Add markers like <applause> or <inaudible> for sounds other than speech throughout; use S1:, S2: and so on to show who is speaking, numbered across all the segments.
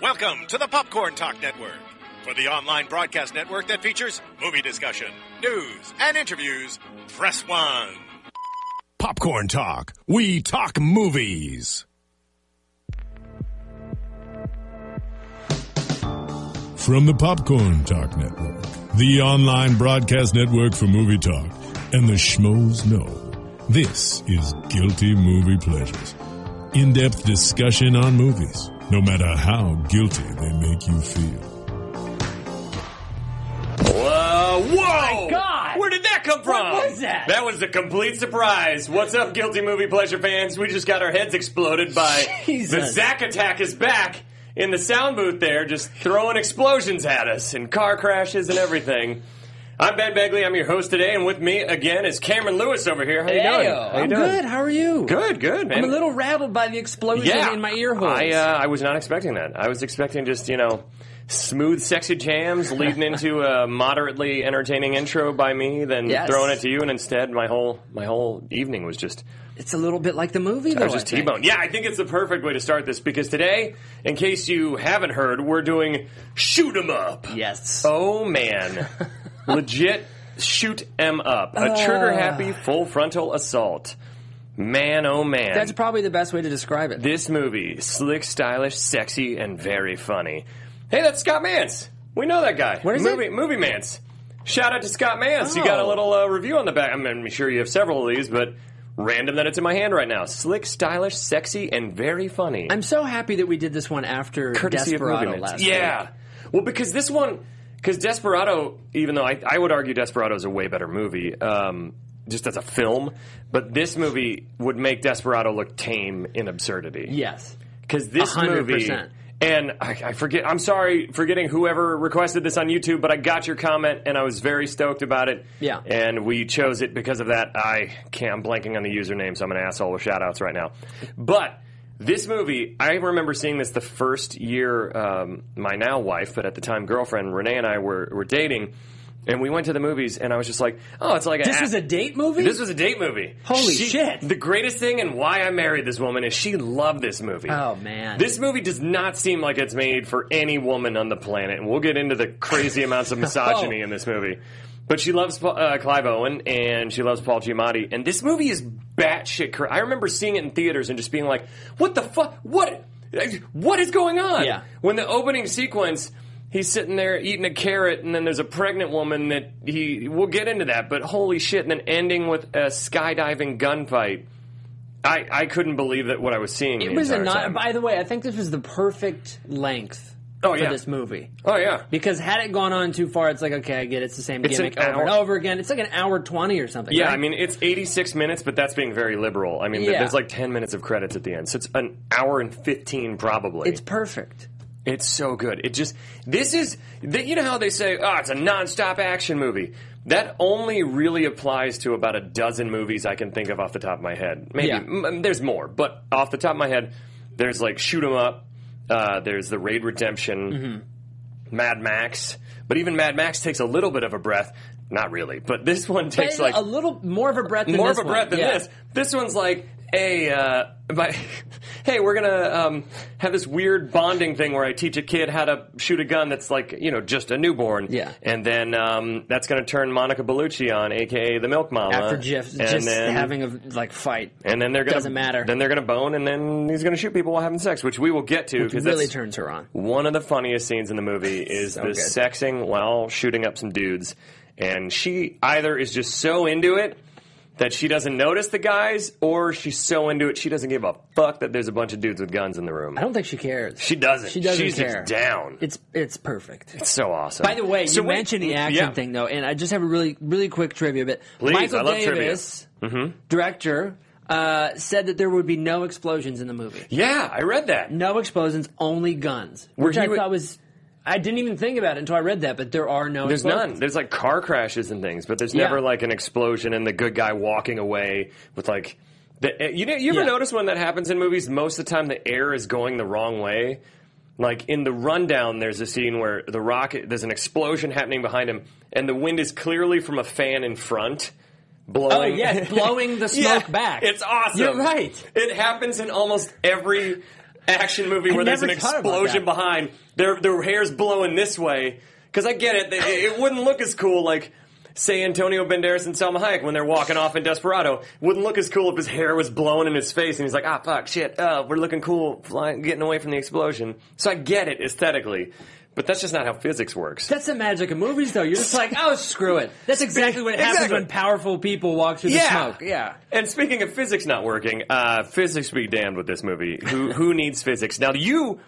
S1: Welcome to the Popcorn Talk Network, for the online broadcast network that features movie discussion, news, and interviews. Press one. Popcorn Talk. We talk movies.
S2: From the Popcorn Talk Network, the online broadcast network for movie talk, and the schmoes know, this is Guilty Movie Pleasures. In depth discussion on movies, no matter how guilty they make you feel.
S3: Uh, Whoa! Whoa!
S4: my God!
S3: Where did that come from?
S4: What was that?
S3: That was a complete surprise. What's up, guilty movie pleasure fans? We just got our heads exploded by the
S4: Jesus.
S3: Zack Attack is back in the sound booth. There, just throwing explosions at us and car crashes and everything. I'm Ben Begley. I'm your host today, and with me again is Cameron Lewis over here. How you
S4: Hey,
S3: doing? How you
S4: I'm
S3: doing?
S4: good. How are you?
S3: Good, good, man.
S4: I'm a little rattled by the explosion
S3: yeah.
S4: in my ear holes.
S3: I, uh, I was not expecting that. I was expecting just, you know, smooth, sexy jams leading into a moderately entertaining intro by me, then
S4: Yes.
S3: throwing it to you, and instead my whole my whole evening was just
S4: it's a little bit like the movie, though.
S3: I was just
S4: Oh, think.
S3: T-boned. Yeah, I think it's the perfect way to start this because today, in case you haven't heard, we're doing shoot 'em up.
S4: Yes.
S3: Oh
S4: <laughs>
S3: man, legit shoot 'em up. A trigger happy
S4: Ah.
S3: full frontal assault. Man, oh man.
S4: That's probably the best way to describe it.
S3: This movie, slick, stylish, sexy, and very funny. Hey, that's Scott Mance. We know that guy.
S4: What is
S3: movie,
S4: it?
S3: Movie Mance. Shout out to Scott Mance. You
S4: Oh.
S3: got a little uh, review on the back. I mean, I'm sure you have several of these, but random that it's in my hand right now. Slick, stylish, sexy, and very funny.
S4: I'm so happy that we did this one after
S3: courtesy of
S4: Desperado
S3: Movie Mance.
S4: last
S3: Yeah.
S4: week.
S3: Well, because this one, because Desperado, even though I, I would argue Desperado is a way better movie, um, just as a film, but this movie would make Desperado look tame in absurdity.
S4: Yes.
S3: Because this
S4: A hundred
S3: movie,
S4: percent.
S3: and I, I forget, I'm sorry, forgetting whoever requested this on YouTube, but I got your comment and I was very stoked about it.
S4: Yeah.
S3: And we chose it because of that. I can't, I'm blanking on the username, so I'm an asshole with shout outs right now. But this movie, I remember seeing this the first year um, my now wife, but at the time girlfriend, Renee and I were, were dating. And we went to the movies, and I was just like, "Oh, it's like an
S4: This
S3: a-
S4: was a date movie?
S3: This was a date movie.
S4: Holy
S3: She-
S4: shit.
S3: The greatest thing and why I married this woman is she loved this movie.
S4: Oh, man.
S3: This movie does not seem like it's made for any woman on the planet, and we'll get into the crazy amounts
S4: <laughs>
S3: of misogyny
S4: Oh.
S3: in this movie. But she loves uh, Clive Owen and she loves Paul Giamatti, and this movie is batshit crazy. I remember seeing it in theaters and just being like, "What the fuck? What? What is going on?"
S4: Yeah.
S3: When the opening sequence. He's sitting there eating a carrot, and then there's a pregnant woman that he. We'll get into that, but holy shit! And then ending with a skydiving gunfight. I, I couldn't believe that what I was seeing.
S4: It
S3: the
S4: was a
S3: entire
S4: not.
S3: time.
S4: By the way, I think this was the perfect length
S3: Oh,
S4: for
S3: yeah.
S4: this movie.
S3: Oh yeah,
S4: Because had it gone on too far, it's like, okay, I get it. It's the same
S3: It's an
S4: gimmick over and
S3: hour-
S4: over again. It's like an hour 20 or something.
S3: yeah.
S4: right?
S3: I mean, it's 86 minutes, but that's being very liberal. I mean, th
S4: Yeah.
S3: there's like 10 minutes of credits at the end, so it's an hour and 15 probably. It's,
S4: it's perfect.
S3: so good. It just this is th you know how they say, oh, it's a nonstop action movie. That only really applies to about a dozen movies I can think of off the top of my head. Maybe
S4: Yeah.
S3: m- there's more, but off the top of my head, there's like Shoot 'Em Up. Uh, there's the Raid Redemption. Mad Max, but even Mad Max takes a little bit of a breath. Not really, but this one
S4: But
S3: takes
S4: it's
S3: like
S4: a little more of a breath than
S3: more
S4: this
S3: of a
S4: one.
S3: breath than
S4: Yeah.
S3: this. This one's like, hey, uh, <laughs> my, hey, we're gonna um, have this weird bonding thing where I teach a kid how to shoot a gun that's like, you know, just a newborn.
S4: Yeah.
S3: And then um, that's gonna turn Monica Bellucci on, aka the Milk Mama.
S4: after Jeff
S3: and
S4: just
S3: then-
S4: having a like fight.
S3: And then they're gonna
S4: Doesn't matter.
S3: Then they're gonna bone, and then he's gonna shoot people while having sex, which we will get to because
S4: really
S3: that's
S4: turns her on.
S3: one of the funniest scenes in the movie is
S4: <laughs> So
S3: the
S4: good.
S3: sexing while shooting up some dudes, and she either is just so into it that she doesn't notice the guys, or she's so into it she doesn't give a fuck that there's a bunch of dudes with guns in the room.
S4: I don't think she cares.
S3: She doesn't.
S4: She doesn't
S3: She's just
S4: care.
S3: down.
S4: It's it's perfect.
S3: It's so awesome.
S4: By the way,
S3: So
S4: you
S3: wait-
S4: mentioned the action
S3: yeah.
S4: thing though, and I just have a really really quick trivia bit.
S3: Please,
S4: Michael
S3: I love trivia. Mm-hmm.
S4: Davis, director, uh, said that there would be no explosions in the movie.
S3: Yeah, I read that.
S4: No explosions, only guns.
S3: Where
S4: Which
S3: he
S4: I
S3: would-
S4: thought was I didn't even think about it until I read that, but there are no
S3: There's
S4: explosions.
S3: none. There's like car crashes and things, but there's
S4: Yeah.
S3: never like an explosion and the good guy walking away with like. The, eh, you know, you ever
S4: Yeah.
S3: notice when that happens in movies? Most of the time, the air is going the wrong way. Like in the rundown, there's a scene where the rocket, there's an explosion happening behind him, and the wind is clearly from a fan in front, blowing. <laughs>
S4: Oh, yeah, blowing the
S3: Yeah,
S4: smoke back.
S3: It's awesome.
S4: You're right.
S3: It happens in almost every action movie where there's an
S4: never thought about
S3: explosion
S4: that.
S3: behind. Their their hair's blowing this way because I get it. It, it wouldn't look as cool like. Say Antonio Banderas and Selma Hayek when they're walking off in Desperado wouldn't look as cool if his hair was blowing in his face and he's like, ah, fuck, shit, uh, we're looking cool, flying, getting away from the explosion. So I get it aesthetically, but that's just not how physics works.
S4: That's the magic of movies, though. You're just like, oh, screw it. That's exactly what happens
S3: Exactly.
S4: when powerful people walk through the smoke. Yeah.
S3: And speaking of physics not working, uh, physics be damned with this movie.
S4: <laughs>
S3: Who who needs physics? Now you,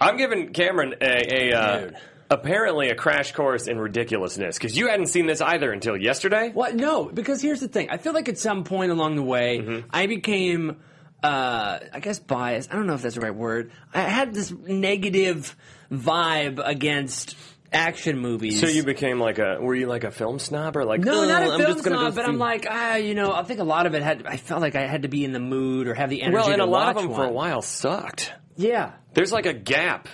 S3: I'm giving Cameron a, a uh,
S4: Dude.
S3: apparently a crash course in ridiculousness because you hadn't seen this either until yesterday.
S4: What? No, because here's the thing. I feel like at some point along the way,
S3: Mm-hmm.
S4: I became, uh, I guess, biased. I don't know if that's the right word. I had this negative vibe against action movies.
S3: So you became like a were you like a film snob or like
S4: No,
S3: "Oh,
S4: not a
S3: I'm
S4: film
S3: just gonna go
S4: snob, but I'm
S3: see-"
S4: like, ah, you know, I think a lot of it had. I felt like I had to be in the mood or have the energy.
S3: well, and
S4: to
S3: a lot of
S4: watch
S3: them for a
S4: one.
S3: while sucked.
S4: Yeah,
S3: There's like a gap.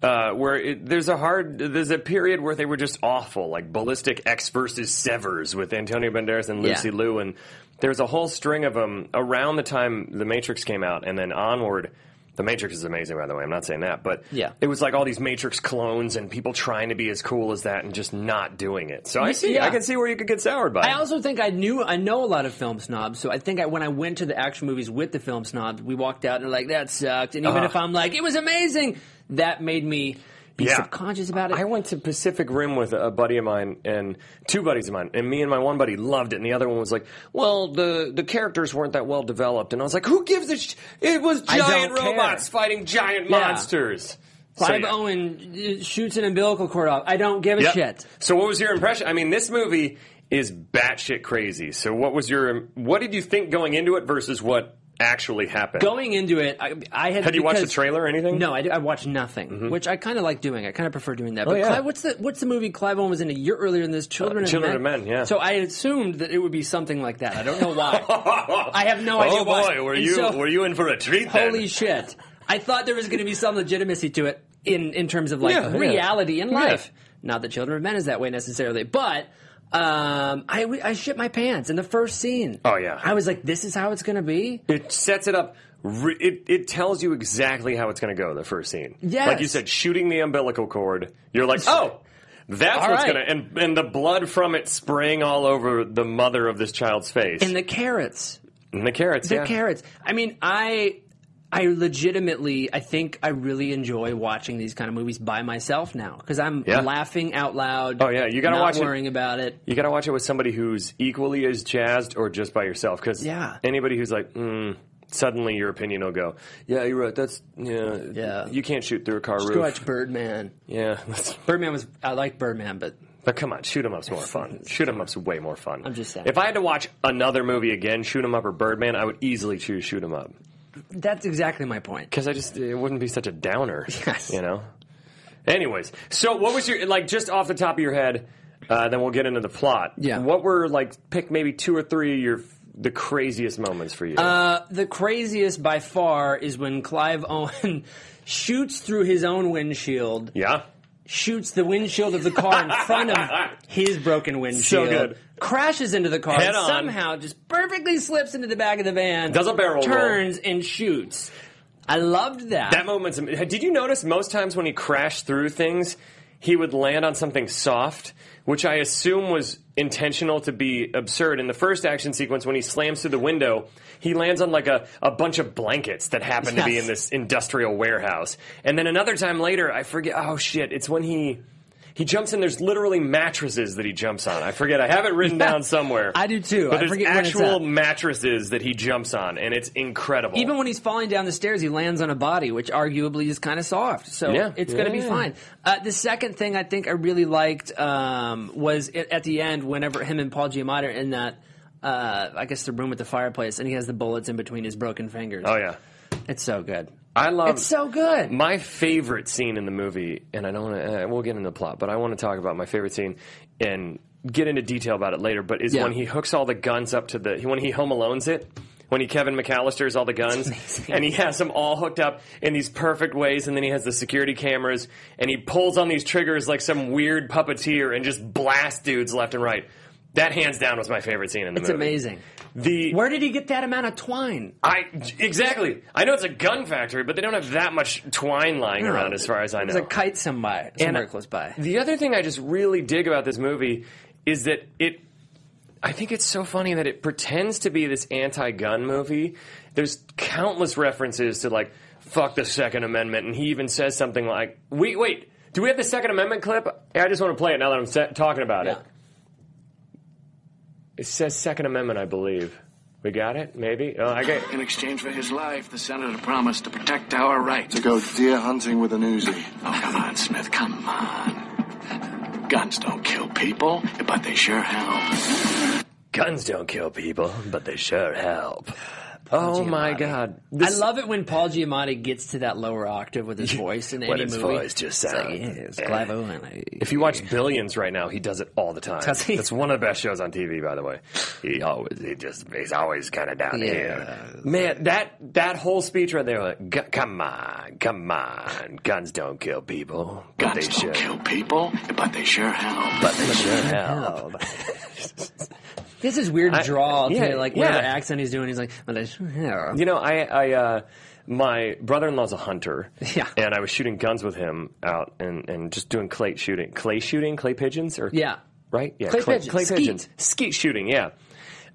S3: Uh, where it, there's a hard, there's a period where they were just awful, like Ballistic X versus Severs with Antonio Banderas and
S4: Yeah.
S3: Lucy Liu, and there's a whole string of them around the time The Matrix came out, and then onward. The Matrix is amazing, by the way. I'm not saying that, but
S4: Yeah.
S3: it was like all these Matrix clones and people trying to be as cool as that and just not doing it. So I see,
S4: Yeah.
S3: I can see where you could get soured by.
S4: I
S3: it.
S4: also think I knew I know a lot of film snobs, so I think I, when I went to the action movies with the film snobs, we walked out and they're like, that sucked. And even
S3: Ugh.
S4: if I'm like, it was amazing, that made me be
S3: Yeah.
S4: subconscious about it.
S3: I went to Pacific Rim with a buddy of mine and two buddies of mine, and me and my one buddy loved it, and the other one was like, "Well, the the characters weren't that well developed," and I was like, "Who gives a sh- It was
S4: I don't
S3: giant
S4: care.
S3: robots fighting giant
S4: Yeah.
S3: monsters." So,
S4: Clive
S3: yeah.
S4: Owen uh, shoots an umbilical cord off. I don't give a
S3: Yep.
S4: shit.
S3: So, what was your impression? I mean, this movie is batshit crazy. So, what was your what did you think going into it versus what actually happened?
S4: Going into it, I, I had.
S3: Had you watched the
S4: because-
S3: trailer or anything?
S4: No, I, do- I watched nothing, which I kind of like doing. I kind of prefer doing that. But
S3: Oh, yeah.
S4: Clive, what's the what's the movie Clive Owen was in a year earlier than this? Children,
S3: Uh,
S4: of
S3: Children
S4: Men.
S3: of Men, yeah.
S4: So I assumed that it would be something like that. I don't know
S3: <laughs>
S4: why. I have no idea
S3: Oh
S4: why.
S3: boy, were
S4: And
S3: you
S4: so-
S3: were you in for a treat? then?
S4: Holy shit! I thought there was going to be some legitimacy to it in in terms of like
S3: Yeah, yeah.
S4: reality in
S3: Yeah.
S4: life. Not that Children of Men is that way necessarily, but um, I w- I shit my pants in the first scene.
S3: Oh, yeah.
S4: I was like, this is how it's going to be.
S3: It sets it up. re- It it tells you exactly how it's going to go. The first scene,
S4: Yes.
S3: like you said, shooting the umbilical cord. You're like,
S4: <laughs>
S3: oh, that's
S4: All
S3: what's
S4: right.
S3: going to and and the blood from it spraying all over the mother of this child's face
S4: And the carrots.
S3: And the carrots.
S4: The
S3: yeah.
S4: carrots. I mean, I I legitimately I think I really enjoy watching these kind of movies by myself now because I'm
S3: Yeah.
S4: laughing out loud.
S3: Oh, yeah, you gotta
S4: not
S3: watch it.
S4: worrying about it.
S3: You got to watch it with somebody who's equally as jazzed or just by yourself. Because
S4: Yeah.
S3: anybody who's like, mm, suddenly your opinion will go, yeah, you're right. That's yeah,
S4: Yeah.
S3: You can't shoot through a car
S4: Just
S3: roof.
S4: go watch Birdman.
S3: Yeah, <laughs>
S4: Birdman was I like Birdman, but
S3: But come on, shoot 'em up's more fun. Shoot 'em up's way more fun. I'm
S4: just saying.
S3: If I had to watch another movie again, shoot 'em up or Birdman, I would easily choose shoot 'em up
S4: that's exactly my point.
S3: because I just it wouldn't be such a downer.
S4: <laughs> Yes.
S3: You know. Anyways, so what was your like just off the top of your head? Uh, then we'll get into the plot.
S4: Yeah.
S3: What were like pick maybe two or three of your the craziest moments for you?
S4: Uh, the craziest by far is when Clive Owen <laughs> shoots through his own windshield,
S3: yeah.
S4: shoots the windshield of the car in front of his broken windshield,
S3: good.
S4: crashes into the car,
S3: Head
S4: and
S3: on.
S4: somehow just perfectly slips into the back of the van,
S3: Does a barrel roll.
S4: turns and shoots. I loved that.
S3: That moment's. Did you notice most times when he crashed through things, he would land on something soft, which I assume was intentional to be absurd. In the first action sequence, when he slams through the window, he lands on like a, a bunch of blankets that happen to be
S4: Yes.
S3: in this industrial warehouse. And then another time later, I forget. Oh shit! It's when he. He jumps in. There's literally mattresses that he jumps on. I forget. I have it written down somewhere.
S4: I do too.
S3: But
S4: I
S3: there's
S4: forget when it's
S3: actual
S4: at.
S3: mattresses that he jumps on, and it's incredible.
S4: Even when he's falling down the stairs, he lands on a body, which arguably is kind of soft. So
S3: Yeah.
S4: it's going to be
S3: Yeah.
S4: fine. Uh, the second thing I think I really liked um, was it, at the end, whenever him and Paul Giamatti are in that, uh, I guess, the room with the fireplace, and he has the bullets in between his broken fingers.
S3: oh yeah,
S4: It's so good.
S3: I love.
S4: It's so good.
S3: My favorite scene in the movie, and I don't want to, uh, we'll get into the plot, but I want to talk about my favorite scene and get into detail about it later, but is
S4: Yeah.
S3: when he hooks all the guns up to the, when he Home Alone's it, when he Kevin McAllister's all the guns, and he has them all hooked up in these perfect ways, and then he has the security cameras, and he pulls on these triggers like some weird puppeteer and just blasts dudes left and right. That hands down was my favorite scene in the
S4: It's
S3: movie.
S4: amazing.
S3: The
S4: Where did he get that amount of twine?
S3: I exactly. I know it's a gun factory, but they don't have that much twine lying around, as far as I know.
S4: There's a kite somewhere, somewhere close by.
S3: The other thing I just really dig about this movie is that it. I think it's so funny that it pretends to be this anti-gun movie. There's countless references to like fuck the Second Amendment, and he even says something like, "Wait, wait, do we have the Second Amendment clip? I just want to play it now that I'm se- talking about it." It says Second Amendment, I believe. We got it, maybe. Oh, I got.
S5: In exchange for his life, the senator promised to protect our rights.
S6: to go deer hunting with an Uzi.
S5: Oh, come on, Smith, come on. Guns don't kill people, but they sure help.
S3: Guns don't kill people, but they sure help. Oh my
S4: Giamatti.
S3: god.
S4: I love it when Paul Giamatti gets to that lower octave
S3: <laughs>
S4: with his voice in any
S3: his
S4: movie.
S3: voice just
S4: It's like,
S3: sounds- eh.
S4: yeah, it's Clive Owen.
S3: If you watch Billions right now, he does it all the time.
S4: Does he?
S3: That's one of the best shows on TV, by the way. He always, he just, he's always kind of down
S4: Yeah.
S3: here. Man, that that whole speech right there, like, "Gu- come on, come on, guns don't kill people, but
S5: Guns
S3: they should,
S5: don't kill people, but they sure help.
S3: but they sure help.
S4: This is weird
S3: I-
S4: drawl
S3: yeah,
S4: to like
S3: yeah.
S4: whatever accent he's doing. He's like, "Well, that's- yeah."
S3: You know, I, I, uh, my brother-in-law's a hunter.
S4: Yeah.
S3: And I was shooting guns with him out and, and just doing clay shooting, clay shooting, clay pigeons or
S4: Yeah.
S3: right? Yeah.
S4: Clay pigeons, skeet.
S3: Skeet shooting. Yeah.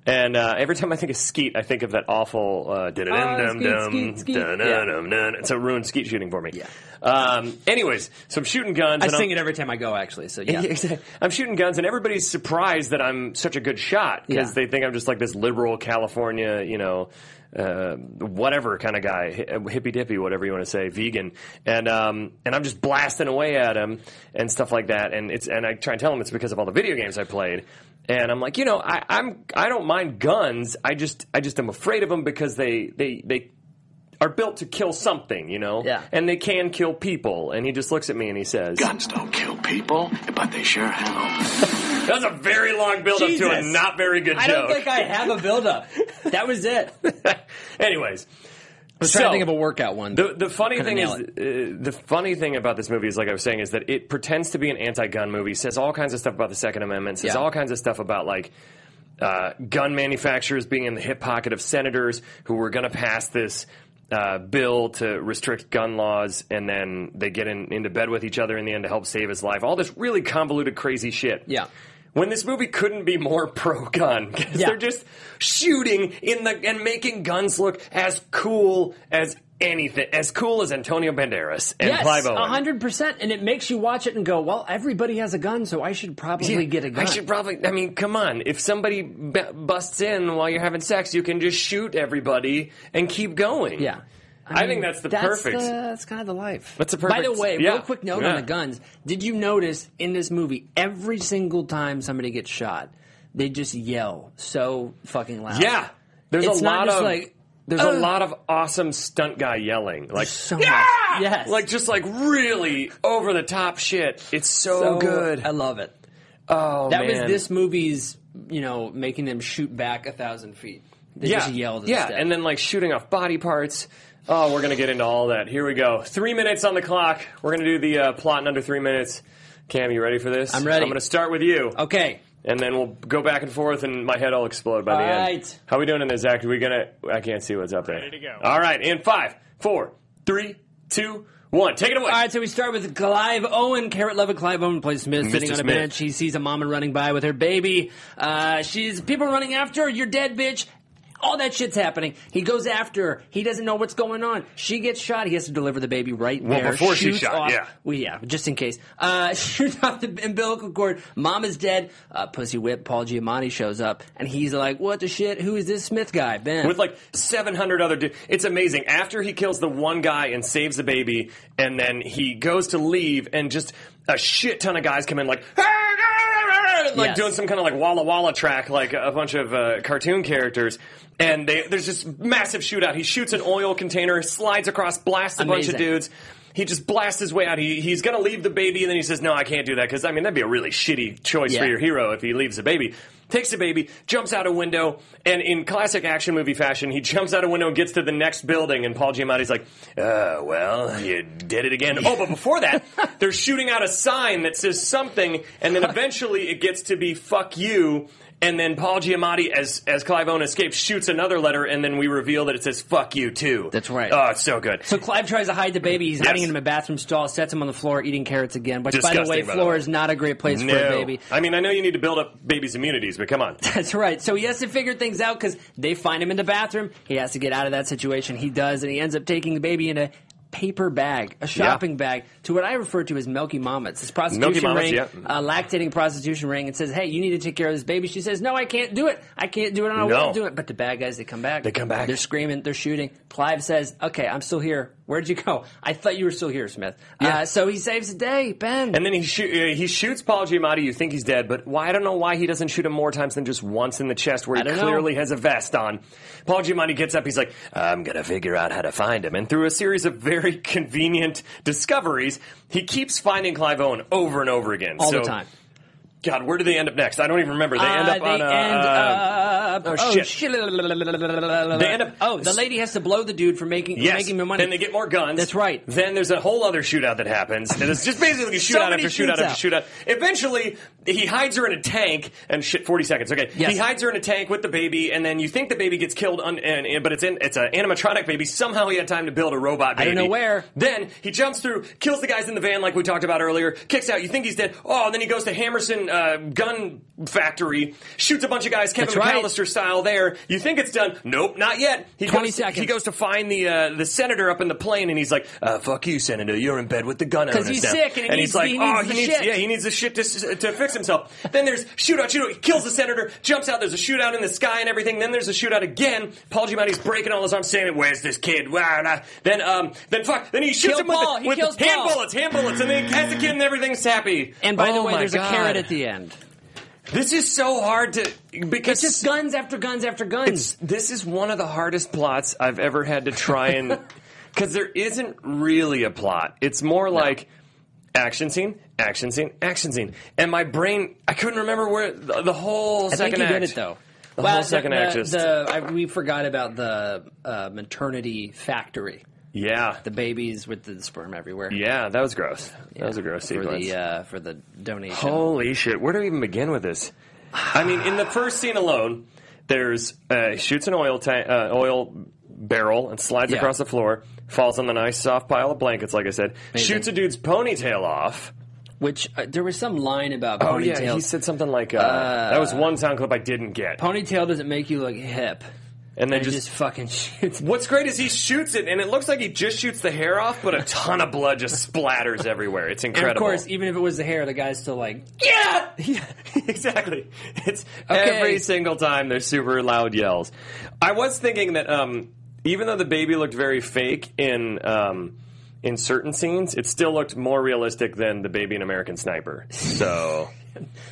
S3: And uh, every time I think of skeet, I think of that awful uh, dum
S4: skeet,
S3: dum
S4: Ah, skeet, skeet.
S3: dum dum dum. It's a ruined skeet shooting for me.
S4: Yeah.
S3: Um, anyways, so I'm shooting guns.
S4: I
S3: and I'm-
S4: sing it every time I go, actually.
S3: <laughs>
S4: So
S3: yeah.
S4: yeah,
S3: exactly. I'm shooting guns, and everybody's surprised that I'm such a good shot because
S4: Yeah.
S3: they think I'm just like this liberal California, you know, uh, whatever kind of guy, hi- uh, hippy dippy, whatever you want to say, vegan, and um, and I'm just blasting away at him and stuff like that, and it's and I try and tell him it's because of all the video games I played. And I'm like, you know, I, I'm I don't mind guns. I just I just am afraid of them because they they they are built to kill something, you know.
S4: Yeah.
S3: And they can kill people. And he just looks at me and he says,
S5: Guns don't kill people, but they sure help.
S3: that was a very long build up to a
S4: Jesus.
S3: not very good
S4: I
S3: joke.
S4: don't think I have a buildup. that
S3: <laughs>
S4: was it. I
S3: Anyways,
S4: was
S3: So-
S4: trying to think of a workout one.
S3: the the funny
S4: Kinda
S3: thing is
S4: nail
S3: uh, the funny thing about this movie is like I was saying is that it pretends to be an anti-gun movie, says all kinds of stuff about the Second Amendment, says
S4: Yeah.
S3: all kinds of stuff about like uh, gun manufacturers being in the hip pocket of senators who were going to pass this uh, bill to restrict gun laws, and then they get in, into bed with each other in the end to help save his life. All this really convoluted, crazy shit.
S4: Yeah.
S3: When this movie couldn't be more <laughs> pro gun,
S4: Yeah.
S3: they're just shooting in the and making guns look as cool as anything, as cool as Antonio Banderas and
S4: yes,
S3: Clive Owen.
S4: hundred percent, and it makes you watch it and go, "Well, everybody has a gun, so I should probably
S3: Yeah,
S4: get a gun."
S3: I should probably. I mean, come on. If somebody b- busts in while you're having sex, you can just shoot everybody and keep going.
S4: Yeah.
S3: I, think that's the perfect.
S4: the- that's kind of the life.
S3: That's the
S4: By
S3: perfect-
S4: the way,
S3: yeah,
S4: real quick note
S3: yeah.
S4: on the guns. Did you notice in this movie every single time somebody gets shot, they just yell so fucking loud?
S3: yeah, there's
S4: It's
S3: a
S4: not
S3: lot
S4: just
S3: of
S4: like,
S3: there's
S4: "Ugh."
S3: a lot of awesome stunt guy yelling like
S4: So
S3: yeah,
S4: much. Yes.
S3: like just like really over the top shit. It's so, good.
S4: I love it.
S3: oh
S4: That
S3: man.
S4: was this movie's, you know, making them shoot back a thousand feet. They
S3: yeah,
S4: just yelled.
S3: yeah,
S4: instead.
S3: and then like shooting off body parts. Oh, we're gonna get into all that. Here we go. Three minutes on the clock. We're gonna do the uh, plot in under three minutes. Cam, you ready for this?
S4: I'm ready.
S3: I'm gonna start with you,
S4: okay,
S3: and then we'll go back and forth, and my head will explode by the
S4: All
S3: end.
S4: right.
S3: How we doing in this, Zach? Are we gonna? I can't see what's up there.
S7: Ready to go.
S3: All right, in five, four, three, two, one. Take it away.
S4: All right, so we start with Clive Owen. Carrot Love Clive Owen plays Smith sitting on a
S3: Smith.
S4: bench. He sees a mom and running by with her baby. Uh, she's people are running after her. You're dead, bitch. All that shit's happening. He goes after her. He doesn't know what's going on. She gets shot. He has to deliver the baby right
S3: Well,
S4: there.
S3: before she's
S4: Shoots
S3: shot,
S4: off-
S3: yeah.
S4: Well, yeah, just in case. Uh, <laughs> shoots off the umbilical cord. Mom is dead. Uh, Pussy Whip, Paul Giamatti shows up, and he's like, what the shit? Who is this Smith guy, Ben?
S3: with like 700 other dudes. It's amazing. After he kills the one guy and saves the baby, and then he goes to leave, and just a shit ton of guys come in, like, and, like
S4: Yes.
S3: doing some kind of like Walla Walla track, like a bunch of uh, cartoon characters. And they, there's this massive shootout. He shoots an oil container, slides across, blasts a bunch of
S4: Amazing.
S3: dudes. He just blasts his way out. He, he's going to leave the baby, and then he says, No, I can't do that because, I mean, that'd be a really shitty choice for
S4: Yeah.
S3: your hero if he leaves the baby. takes the baby, jumps out a window, and in classic action movie fashion, he <laughs> jumps out a window and gets to the next building, and Paul Giamatti's like, uh, well, you did it again. Oh, but before
S4: <laughs>
S3: that, they're shooting out a sign that says something, and then eventually it gets to be fuck you, and then Paul Giamatti, as as Clive Owen escapes, shoots another letter, and then we reveal that it says "fuck you" too.
S4: That's right.
S3: Oh, it's so good.
S4: So Clive tries to hide the baby. He's hiding
S3: Yes.
S4: him in a bathroom stall, sets him on the floor eating carrots again. Which, by the way,
S3: Disgusting, by the
S4: floor
S3: way.
S4: is not a great place
S3: no.
S4: for a baby.
S3: I mean, I know you need to build up babies' immunities, but come
S4: <laughs>
S3: on.
S4: That's right. So he has to figure things out because they find him in the bathroom. He has to get out of that situation. He does, and he ends up taking the baby in a paper bag, a shopping bag, to what I refer to as Milky Mama. It's this prostitution
S3: Mama,
S4: ring,
S3: yeah.
S4: uh, lactating prostitution ring, and says, "Hey, you need to take care of this baby." She says, "No, I can't do it. I can't do it. I don't
S3: No.
S4: want to do it." But the bad guys, they come back.
S3: They come back.
S4: They're screaming. They're shooting. Clive says, "Okay, I'm still here. Where'd you go? I thought you were still here, Smith." Uh, so he saves the day, Ben.
S3: And then he shoo- uh, he shoots Paul Giamatti. You think he's dead, but why? I don't know why he doesn't shoot him more times than just once in the chest, where
S4: I
S3: he
S4: don't know.
S3: clearly has a vest on. Paul Giamatti gets up. He's like, "I'm gonna figure out how to find him." And through a series of very <laughs> convenient discoveries, he keeps finding Clive Owen over and over again.
S4: all
S3: so,
S4: the time.
S3: God, where do they end up next? I don't even remember. They end
S4: Uh,
S3: up
S4: they
S3: on a.
S4: end
S3: uh,
S4: up-
S3: oh, shit.
S4: They
S3: end up-
S4: Oh, the lady has to blow the dude for making for
S3: Yes.
S4: making him money.
S3: Then they get more guns.
S4: That's right.
S3: Then there's a whole other shootout that happens. And it's just basically
S4: So
S3: shootout
S4: many
S3: after shootout after
S4: shoots
S3: shootout. Eventually, he hides her in a tank and shit. Forty seconds. Okay.
S4: Yes.
S3: He hides her in a tank with the baby, and then you think the baby gets killed, un- and, and- but it's in it's an animatronic baby. Somehow he had time to build a robot
S4: I
S3: baby.
S4: don't know where.
S3: Then he jumps through, kills the guys in the van like we talked about earlier, kicks out. You think he's dead. Oh, and then he goes to Hammerson uh, Gun Factory, shoots a bunch of guys, Kevin
S4: That's right.
S3: McAllister style. There, you think it's done. Nope, not yet. He
S4: 20
S3: goes,
S4: seconds.
S3: He goes to find the uh, the senator up in the plane, and he's like, uh, "Fuck you, senator. You're in bed with the gun owners
S4: 'Cause he's
S3: now."
S4: sick and he
S3: and
S4: needs-
S3: he's like,
S4: he needs
S3: "Oh,
S4: the
S3: he needs
S4: shit."
S3: yeah, he needs the shit to, s- to fix himself." then there's shootout, shootout. He kills the senator, jumps out. There's a shootout in the sky and everything. Then there's a shootout again. Paul Giamatti's breaking all his arms, saying, "Where's this kid?" Wah, nah. Then um, then fuck. Then he shoots
S4: Kill
S3: him with,
S4: Paul.
S3: the,
S4: He
S3: with the
S4: kills
S3: hand
S4: Paul.
S3: bullets, hand bullets, and then he has the kid, and everything's happy.
S4: and by the
S3: Oh
S4: way,
S3: my
S4: there's
S3: God.
S4: a carrot at the end.
S3: This is so hard to because
S4: It's just guns after guns after
S3: it's
S4: guns.
S3: this is one of the hardest plots I've ever had to try
S4: <laughs>
S3: and because there isn't really a plot. It's more like action scene, action scene, action scene, and my brain I couldn't remember where the, the whole
S4: I think
S3: second
S4: you
S3: act.
S4: did it though.
S3: The
S4: Well,
S3: whole second
S4: the,
S3: act just
S4: the- I, we forgot about the uh, maternity factory.
S3: yeah,
S4: The babies with the sperm everywhere.
S3: yeah. That was gross. That was a gross
S4: for
S3: sequence.
S4: the uh, for the donation.
S3: Holy shit! Where do we even begin with this? I mean, in the first scene alone, there's uh, he shoots an oil tank, uh, oil barrel, and slides
S4: Yeah.
S3: across the floor, falls on the nice soft pile of blankets. Like I said,
S4: Amazing.
S3: shoots a dude's ponytail off.
S4: Which uh, there was some line about
S3: Oh
S4: ponytail.
S3: yeah, he said something like uh, that was one sound clip I didn't get,
S4: ponytail doesn't make you look hip.
S3: and then
S4: And
S3: just.
S4: just fucking <laughs> shoots
S3: What's great is he shoots it, and it looks like he just shoots the hair off, but a ton of blood just splatters everywhere. It's
S4: And
S3: incredible.
S4: of course, even if it was the hair, the guy's still like,
S3: Yeah, <laughs> yeah, exactly. It's
S4: Okay.
S3: every single time there's super loud yells. I was thinking that um, even though the baby looked very fake in um, in certain scenes, it still looked more realistic than the baby in American Sniper. So,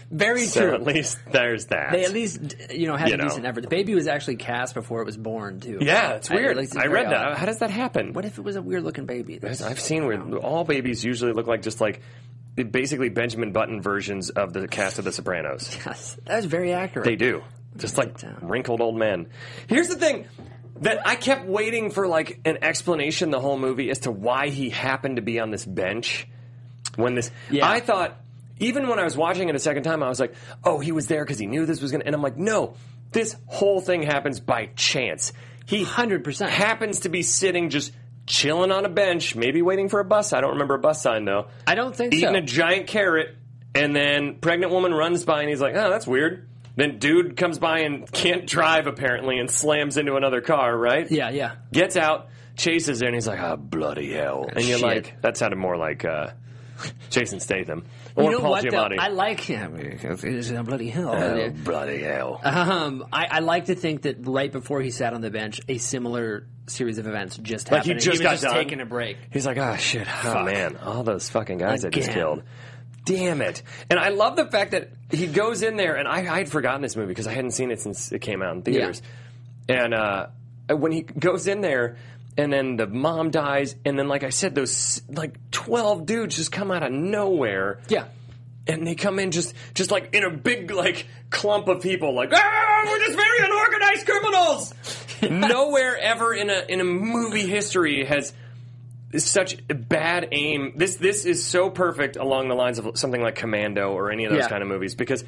S4: very
S3: so
S4: true.
S3: at least there's that.
S4: they at least, you know, had
S3: You
S4: a
S3: know.
S4: decent effort. The baby was actually cast before it was born, too.
S3: yeah, it's
S4: I- at
S3: weird.
S4: least it's
S3: I,
S4: very
S3: read that.
S4: odd.
S3: How does that happen?
S4: What if it was a weird looking baby? That's-
S3: I've
S4: <laughs>
S3: seen weird. All babies usually look like just like basically Benjamin Button versions of the cast of The Sopranos.
S4: Yes, that was very accurate.
S3: They do. Just like wrinkled old men. Here's the thing that I kept waiting for like an explanation the whole movie as to why he happened to be on this bench when this
S4: Yeah.
S3: I thought even when I was watching it a second time I was like, "Oh, he was there cuz he knew this was going to." And I'm like, "No, this whole thing happens by chance." He
S4: 100%.
S3: happens to be sitting just chilling on a bench, maybe waiting for a bus. I don't remember a bus sign though.
S4: I don't think
S3: Eating
S4: so.
S3: a giant carrot, and then pregnant woman runs by, and he's like, "Oh, that's weird." Then dude comes by and can't drive apparently, and slams into another car. Right?
S4: yeah, yeah.
S3: Gets out, chases there, and he's like, "Ah, bloody hell!" And you're
S4: Shit.
S3: like, "That sounded more like uh, Jason Statham or
S4: You know
S3: Paul
S4: what? Though?
S3: Giamatti."
S4: I like him. It's a bloody hell.
S3: oh, bloody hell!
S4: Um, I, I like to think that right before he sat on the bench, a similar series of events just
S3: Like he
S4: happened. and
S3: just
S4: was
S3: got
S4: just
S3: done.
S4: taking a break.
S3: He's like, oh shit, oh man, all those fucking guys I just
S4: Again.
S3: killed. Damn it! And I love the fact that he goes in there, and I, I had forgotten this movie because I hadn't seen it since it came out in theaters. And uh, when he goes in there, and then the mom dies, and then like I said, those like twelve dudes just come out of nowhere.
S4: Yeah.
S3: and they come in just just like in a big like clump of people like ah, we're just very unorganized criminals nowhere ever in a in a movie history has such bad aim this this is so perfect along the lines of something like commando or any of those
S4: Yeah.
S3: kind of movies because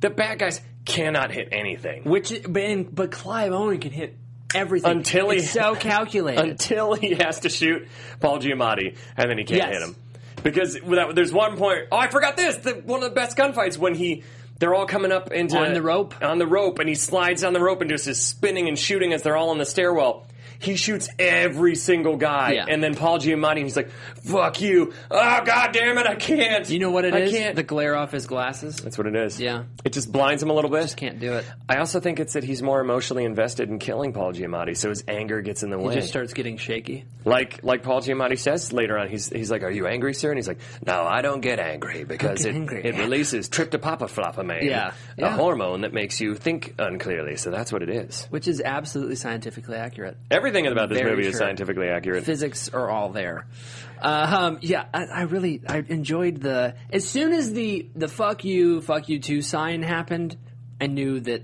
S3: the bad guys cannot hit anything
S4: Which, but, and, but Clive Owen can hit everything
S3: Until he-
S4: It's so calculated.
S3: <laughs> until he has to shoot Paul Giamatti, and then he can't
S4: Yes.
S3: hit him because without, there's one point. Oh, I forgot this. The, one of the best gunfights when he. They're all coming up into
S4: On the rope?
S3: on the rope, and he slides on the rope and just is spinning and shooting as they're all on the stairwell. He shoots every single guy,
S4: Yeah.
S3: and then Paul Giamatti. He's like, "Fuck you! Oh god damn it, I can't."
S4: you know what it
S3: I
S4: is?
S3: Can't.
S4: The glare off his glasses.
S3: That's what it is.
S4: Yeah.
S3: it just blinds him a little bit.
S4: Just can't do it.
S3: I also think it's that he's more emotionally invested in killing Paul Giamatti, so his anger gets in the
S4: He
S3: way.
S4: just starts getting shaky.
S3: Like like Paul Giamatti says later on, he's he's like, "Are you angry, sir?" And he's like, "No, I don't get angry because
S4: get
S3: it
S4: angry."
S3: it releases tryptopapaflopamine,
S4: Yeah.
S3: a
S4: Yeah.
S3: hormone that makes you think unclearly. So that's what it is.
S4: Which is absolutely scientifically accurate.
S3: Everything about this
S4: Very
S3: movie is
S4: true.
S3: scientifically accurate.
S4: Physics are all there. Uh, um, yeah, I, I really I enjoyed the as soon as the the fuck you fuck you too sign happened, I knew that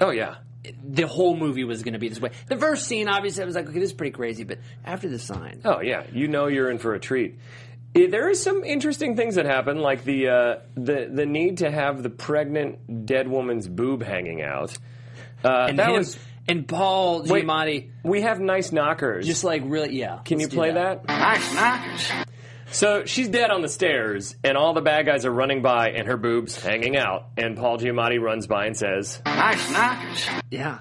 S3: oh yeah,
S4: the whole movie was going to be this way. The first scene, obviously, I was like, okay, this is pretty crazy, but after the sign,
S3: oh yeah. You know you're in for a treat. Eh, There is some interesting things that happen, like the uh, the the need to have the pregnant dead woman's boob hanging out. Uh,
S4: and
S3: that
S4: him-
S3: was
S4: and Paul
S3: Wait.
S4: Giamatti
S3: we have nice knockers.
S4: just like really yeah.
S3: Can you
S4: let's do
S3: play that?
S5: Nice knockers.
S3: So she's dead on the stairs, and all the bad guys are running by, and her boobs hanging out. And Paul Giamatti runs by and says,
S5: Nice knockers.
S4: Yeah.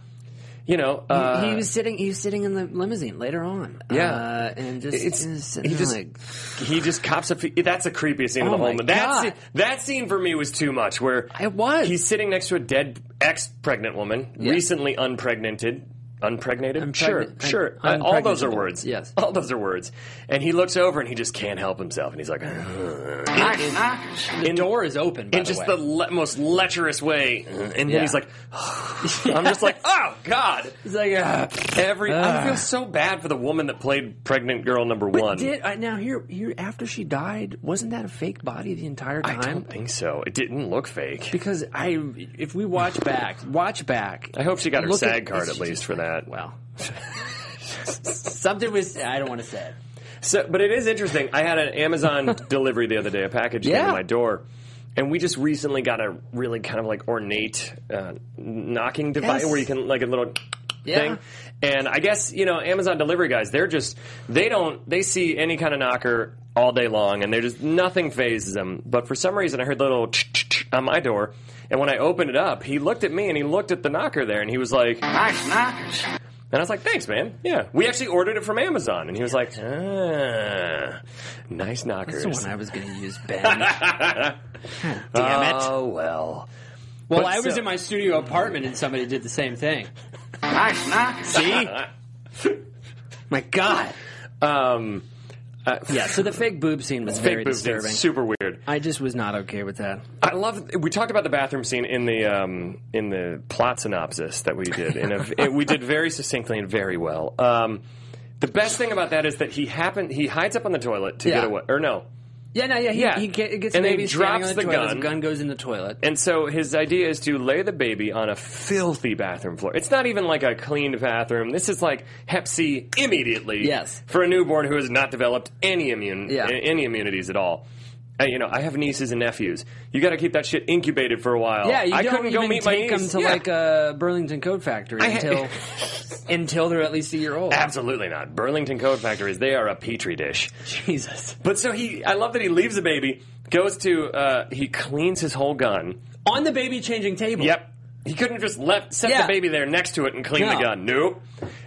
S3: "You know, uh,
S4: he was sitting. He was sitting in the limousine later on.
S3: Yeah.
S4: uh, and just
S3: It's-
S4: he was sitting
S3: he
S4: there
S3: just-
S4: like,
S3: he just cops a. Fe- that's the creepiest scene of
S4: Oh
S3: the whole
S4: my
S3: movie. That
S4: God.
S3: scene, that scene for me was too much. Where
S4: It was.
S3: he's sitting next to a dead ex-pregnant woman,
S4: Yeah.
S3: recently unpregnated. Unpregnated?
S4: Unpregna-
S3: sure,
S4: un-
S3: sure. Uh, all those are
S4: unpregnantable,
S3: words.
S4: yes.
S3: All those are words. And he looks over and he just can't help himself. And he's like,
S5: Nice knockers.
S4: the door is open. By
S3: in
S4: the
S3: just
S4: way.
S3: the le- most lecherous way. And then
S4: Yeah.
S3: he's like, <sighs> I'm just
S4: <laughs>
S3: like, oh god.
S4: It's like, ah,
S3: Every I
S4: Ah.
S3: feel so bad for the woman that played pregnant girl number one.
S4: did I now here here after she died? Wasn't that a fake body the entire
S3: I
S4: time?
S3: don't think so. It didn't look fake.
S4: because I, if we watch back, watch back.
S3: I hope she got her
S4: Look at-
S3: SAG card
S4: it's
S3: at least for that.
S4: Well, <laughs> something was. I don't want to say it.
S3: So, but it is interesting. I had an
S4: <laughs>
S3: Amazon delivery the other day. A package came
S4: Yeah.
S3: to my door, and we just recently got a really kind of like ornate uh, knocking device
S4: Yes.
S3: where you can like a little
S4: Yeah.
S3: thing. And I guess you know Amazon delivery guys, they're just they don't they see any kind of knocker all day long, and they're just nothing phases them. But for some reason, I heard the little on my door. And when I opened it up, he looked at me and he looked at the knocker there and he was like,
S5: Nice knockers.
S3: and I was like, thanks, man. Yeah. We actually ordered it from Amazon. And he was like, ah, nice knockers.
S4: That's the one I was going to use, Ben. Damn it!
S3: Oh, well.
S4: Well,
S3: but
S4: I was
S3: so-
S4: in my studio apartment and somebody did the same thing.
S5: Nice knockers.
S4: See? My God.
S3: <laughs> Um,
S4: Yeah. So the fake boob scene was very
S3: fake boobs
S4: disturbing.
S3: super weird.
S4: I just was not okay with that.
S3: I love. We talked about the bathroom scene in the um, in the plot synopsis that we did, and it- we did very succinctly and very well. Um, the best thing about that is that he happened. He hides up on the toilet to
S4: Yeah.
S3: get away, or no?
S4: Yeah, no, yeah, he,
S3: Yeah.
S4: he ge- gets
S3: And
S4: the
S3: then
S4: baby
S3: he
S4: standing
S3: drops
S4: on the,
S3: the
S4: toilet.
S3: gun.
S4: His gun goes in the toilet.
S3: And so his idea is to lay the baby on a filthy bathroom floor. It's not even like a cleaned bathroom. This is like Hep C immediately.
S4: Yes.
S3: For a newborn who has not developed any immune
S4: Yeah.
S3: a- any immunities at all. Uh, you know, I have nieces and nephews. You got to keep that shit incubated for a while.
S4: yeah, you
S3: Oh, I
S4: don't
S3: couldn't
S4: even
S3: go meet my
S4: take
S3: niece.
S4: them to
S3: Yeah.
S4: like a Burlington Coat Factory
S3: ha-
S4: until
S3: <laughs>
S4: until they're at least a year old.
S3: Absolutely not. Burlington Code Factories, they are a petri dish.
S4: Jesus.
S3: But so he, I love that he leaves the baby, goes to, uh, he cleans his whole gun,
S4: On the baby changing table.
S3: Yep. He couldn't have just left set
S4: Yeah.
S3: the baby there next to it and clean
S4: No.
S3: the gun. Nope.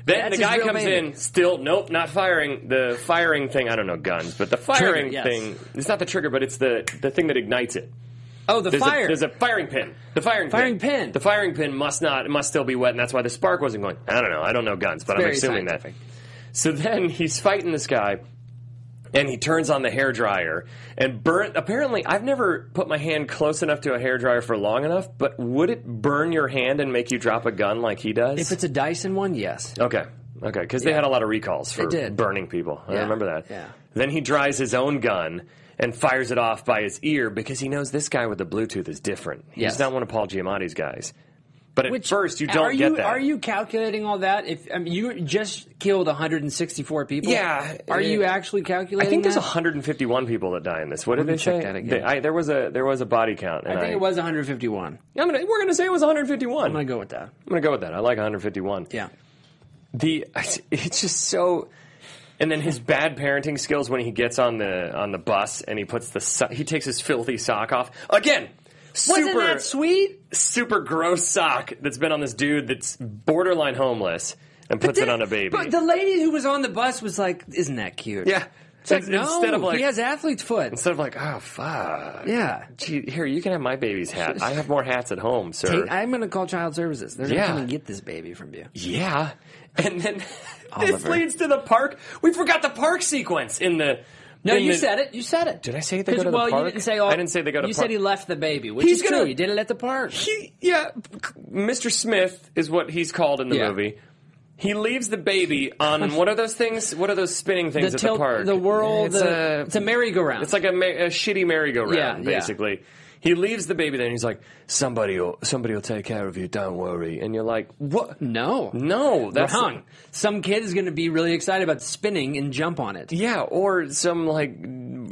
S3: Then
S4: That's
S3: the
S4: his
S3: guy
S4: real
S3: comes
S4: baby.
S3: in, still nope, not firing. The firing thing, I don't know guns, but the firing
S4: yes.
S3: thing it's not the trigger, but it's the, the thing that ignites it.
S4: Oh, the
S3: There's
S4: fire.
S3: A, there's a firing pin. The firing
S4: Firing
S3: pin.
S4: pin.
S3: The firing pin must not it must still be wet, and that's why the spark wasn't going. I don't know. I don't know guns, but I'm
S4: very
S3: assuming
S4: scientific.
S3: that. So then he's fighting this guy, and he turns on the hair dryer and burn. Apparently, I've never put my hand close enough to a hair dryer for long enough. But would it burn your hand and make you drop a gun like he does?
S4: if it's a Dyson one, yes.
S3: Okay. Okay, because they had a lot of recalls for
S4: They did.
S3: burning people. I
S4: Yeah.
S3: remember that.
S4: Yeah.
S3: Then he dries his own gun and fires it off by his ear because he knows this guy with the Bluetooth is different. He's
S4: Yes.
S3: not one of Paul Giamatti's guys. But at
S4: Which
S3: first, you don't
S4: are
S3: get
S4: you,
S3: that.
S4: Are you calculating all that? If I mean, you just killed 164 people.
S3: Yeah.
S4: Are you
S3: Yeah.
S4: actually calculating?
S3: I think there's
S4: that?
S3: 151 people that die in this. What did
S4: Let me
S3: they
S4: check
S3: say?
S4: that again.
S3: They- I, there was a there was a body count. And
S4: I think it was 151.
S3: I'm gonna, we're going to say it was 151.
S4: I'm gonna go with that.
S3: I'm going to go with that. I like 151.
S4: Yeah.
S3: the <laughs> it's just so and then his bad parenting skills when he gets on the on the bus and he puts the so- he takes his filthy sock off again
S4: Wasn't
S3: super
S4: that sweet?
S3: super gross sock that's been on this dude that's borderline homeless and puts it
S4: Then-
S3: on a baby
S4: But the lady who was on the bus was like, "Isn't that cute?"
S3: yeah
S4: It's like,
S3: Ins-
S4: no,
S3: instead of like
S4: he has athlete's foot.
S3: instead of like oh fuck
S4: yeah.
S3: Gee, here you can have my baby's hat I have more hats at home sir
S4: Take- I'm gonna call child services. They're
S3: Yeah.
S4: gonna come and get this baby from you.
S3: Yeah. And then <laughs> this
S4: Oliver.
S3: leads to the park. We forgot the park sequence in the.
S4: No,
S3: in
S4: you
S3: the-
S4: said it. You said it.
S3: Did I say they go
S4: 'Cause-
S3: to the
S4: well,
S3: park?
S4: you didn't say. All,
S3: I didn't say they go to
S4: You
S3: park.
S4: said he left the baby, which
S3: He's
S4: is
S3: gonna-
S4: true. He did it at the park.
S3: He, yeah, Mr. Smith is what he's called in the
S4: Yeah.
S3: movie. He leaves the baby
S4: <laughs>
S3: on what are those things? What are those spinning things at
S4: tilt-
S3: the park?
S4: the whirl,
S3: It's
S4: the- it's a merry-go-round.
S3: It's like a, ma- a shitty merry-go-round,
S4: Yeah, yeah.
S3: basically. He leaves the baby there, and he's like, "Somebody will, somebody will take care of you. Don't worry." And you're like, "What?
S4: No,
S3: No, Mm, that's
S4: wrong. Some kid is going to be really excited about spinning and jump on it.
S3: Yeah, or some like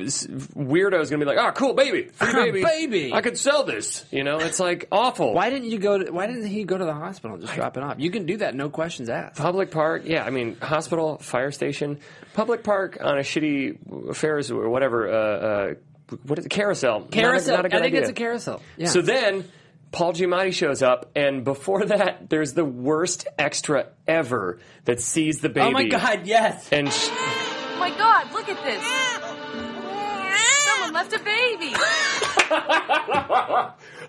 S3: s- weirdo is gonna be like, "Oh, cool, baby, free baby,
S4: Uh-huh, Baby.
S3: I could sell this." You know, it's like awful.
S4: Why didn't you go? To, why didn't he go to the hospital and just drop it off? You can do that, no questions asked.
S3: Public park, yeah. I mean, hospital, fire station, public park on a shitty Ferris or whatever. Uh, uh, what is it? Carousel. Not a-
S4: Carousel.
S3: Not a, good
S4: I think
S3: idea.
S4: it's a carousel. Yeah.
S3: So then Paul Giamatti shows up, and before that, there's the worst extra ever that sees the baby.
S4: oh my God, yes.
S3: And sh-
S7: My God, look at this. Someone left a baby.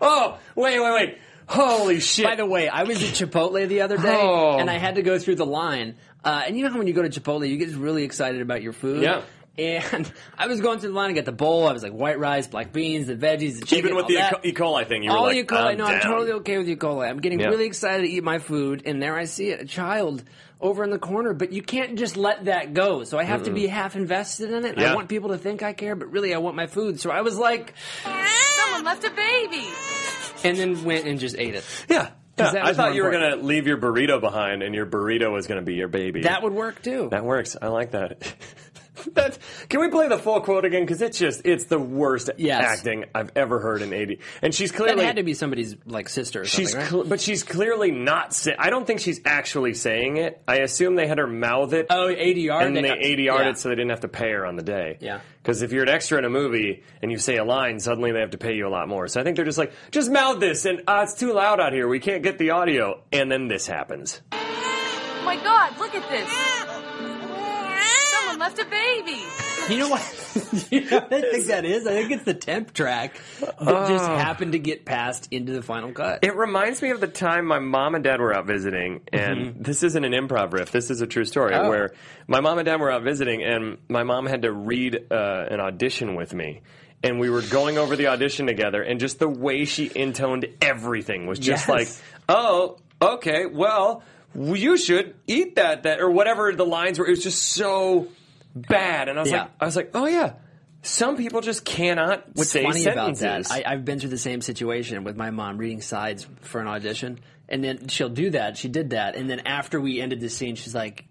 S3: oh, wait, wait, wait! Holy shit!
S4: By the way, I was at Chipotle the other day,
S3: Oh.
S4: and I had to go through the line. Uh, and you know how when you go to Chipotle, you get really excited about your food.
S3: Yeah.
S4: And <laughs> I was going through the line. I got the bowl. I was like white rice, black beans, the veggies, the chicken.
S3: Even with
S4: all
S3: the
S4: that.
S3: E. coli thing, you were
S4: all
S3: like,
S4: E. coli.
S3: I'm
S4: no,
S3: down.
S4: I'm totally okay with E. coli. I'm getting
S3: Yeah.
S4: really excited to eat my food, and there I see it, a child over in the corner. But you can't just let that go. So I have to be half invested in it.
S3: Yeah.
S4: I want people to think I care, but really I want my food. So I was like,
S7: Someone left a baby.
S4: and then went and just ate it.
S3: Yeah.
S4: 'Cause that
S3: I
S4: was
S3: thought
S4: more
S3: you were going
S4: important.
S3: to leave your burrito behind and your burrito was going to be your baby.
S4: That would work too.
S3: That works. I like that. <laughs> That's, can we play the full quote again? Because it's just, it's the worst
S4: Yes.
S3: acting I've ever heard in 80. And she's
S4: That
S3: clearly.
S4: had to be somebody's like sister. Or
S3: She's,
S4: something, right?
S3: cl- but she's clearly not. Say- I don't think she's actually saying it. I assume they had her mouth it.
S4: Oh, ADR.
S3: and they ADR'd
S4: yeah.
S3: it so they didn't have to pay her on the day.
S4: Yeah.
S3: Because if you're an extra in a movie and you say a line, suddenly they have to pay you a lot more. So I think they're just like, just mouth this, and ah, it's too loud out here. We can't get the audio, and then this happens.
S7: My God, look at this. Someone left a baby.
S4: You know what? <laughs> you know what I think that is. I think it's the temp track that just
S3: Oh.
S4: happened to get passed into the final cut.
S3: It reminds me of the time my mom and dad were out visiting, and this isn't an improv riff. This is a true story
S4: Mm-hmm. Oh.
S3: where my mom and dad were out visiting, and my mom had to read uh, an audition with me. And we were going over the audition together, and just the way she intoned everything was just
S4: Yes.
S3: like, "Oh, okay, well, you should eat that, that, or whatever the lines were." It was just so bad, and I was
S4: Yeah.
S3: like, "I was like, oh yeah." Some people just cannot
S4: What's
S3: say
S4: funny
S3: sentences.
S4: about that? I, I've been through the same situation with my mom reading sides for an audition, and then she'll do that. She did that, and then after we ended the scene, she's like.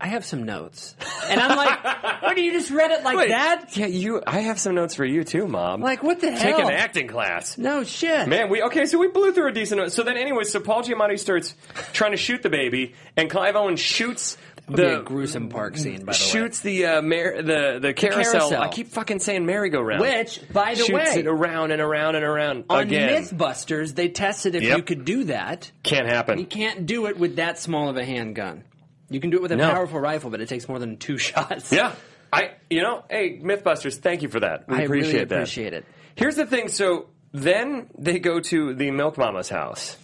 S4: I have some notes, and I'm like, "What? do You just read it like
S3: Wait,
S4: that?
S3: Yeah, you. I have some notes for you too, mom.
S4: Like what the
S3: take
S4: hell?
S3: an acting class.
S4: No shit.
S3: Man, we okay. So we blew through a decent. So then, anyway, so Paul Giamatti starts trying to shoot the baby, and Clive Owen shoots
S4: Would be a
S3: the
S4: gruesome park scene, by the
S3: shoots the uh, mar- the the carousel.
S4: carousel.
S3: I keep fucking saying merry-go-round.
S4: way. Which, by the
S3: shoots
S4: way,
S3: it around and around and around
S4: on
S3: again.
S4: MythBusters, they tested if
S3: Yep.
S4: you could do that.
S3: Can't happen.
S4: You can't do it with that small of a handgun. You can do it with a
S3: No.
S4: powerful rifle, but it takes more than two <laughs> shots.
S3: Yeah. I, you know, hey, Mythbusters, thank you for that. We
S4: I
S3: appreciate
S4: really
S3: that.
S4: appreciate it.
S3: Here's the thing. So then they go to the Milk Mama's house,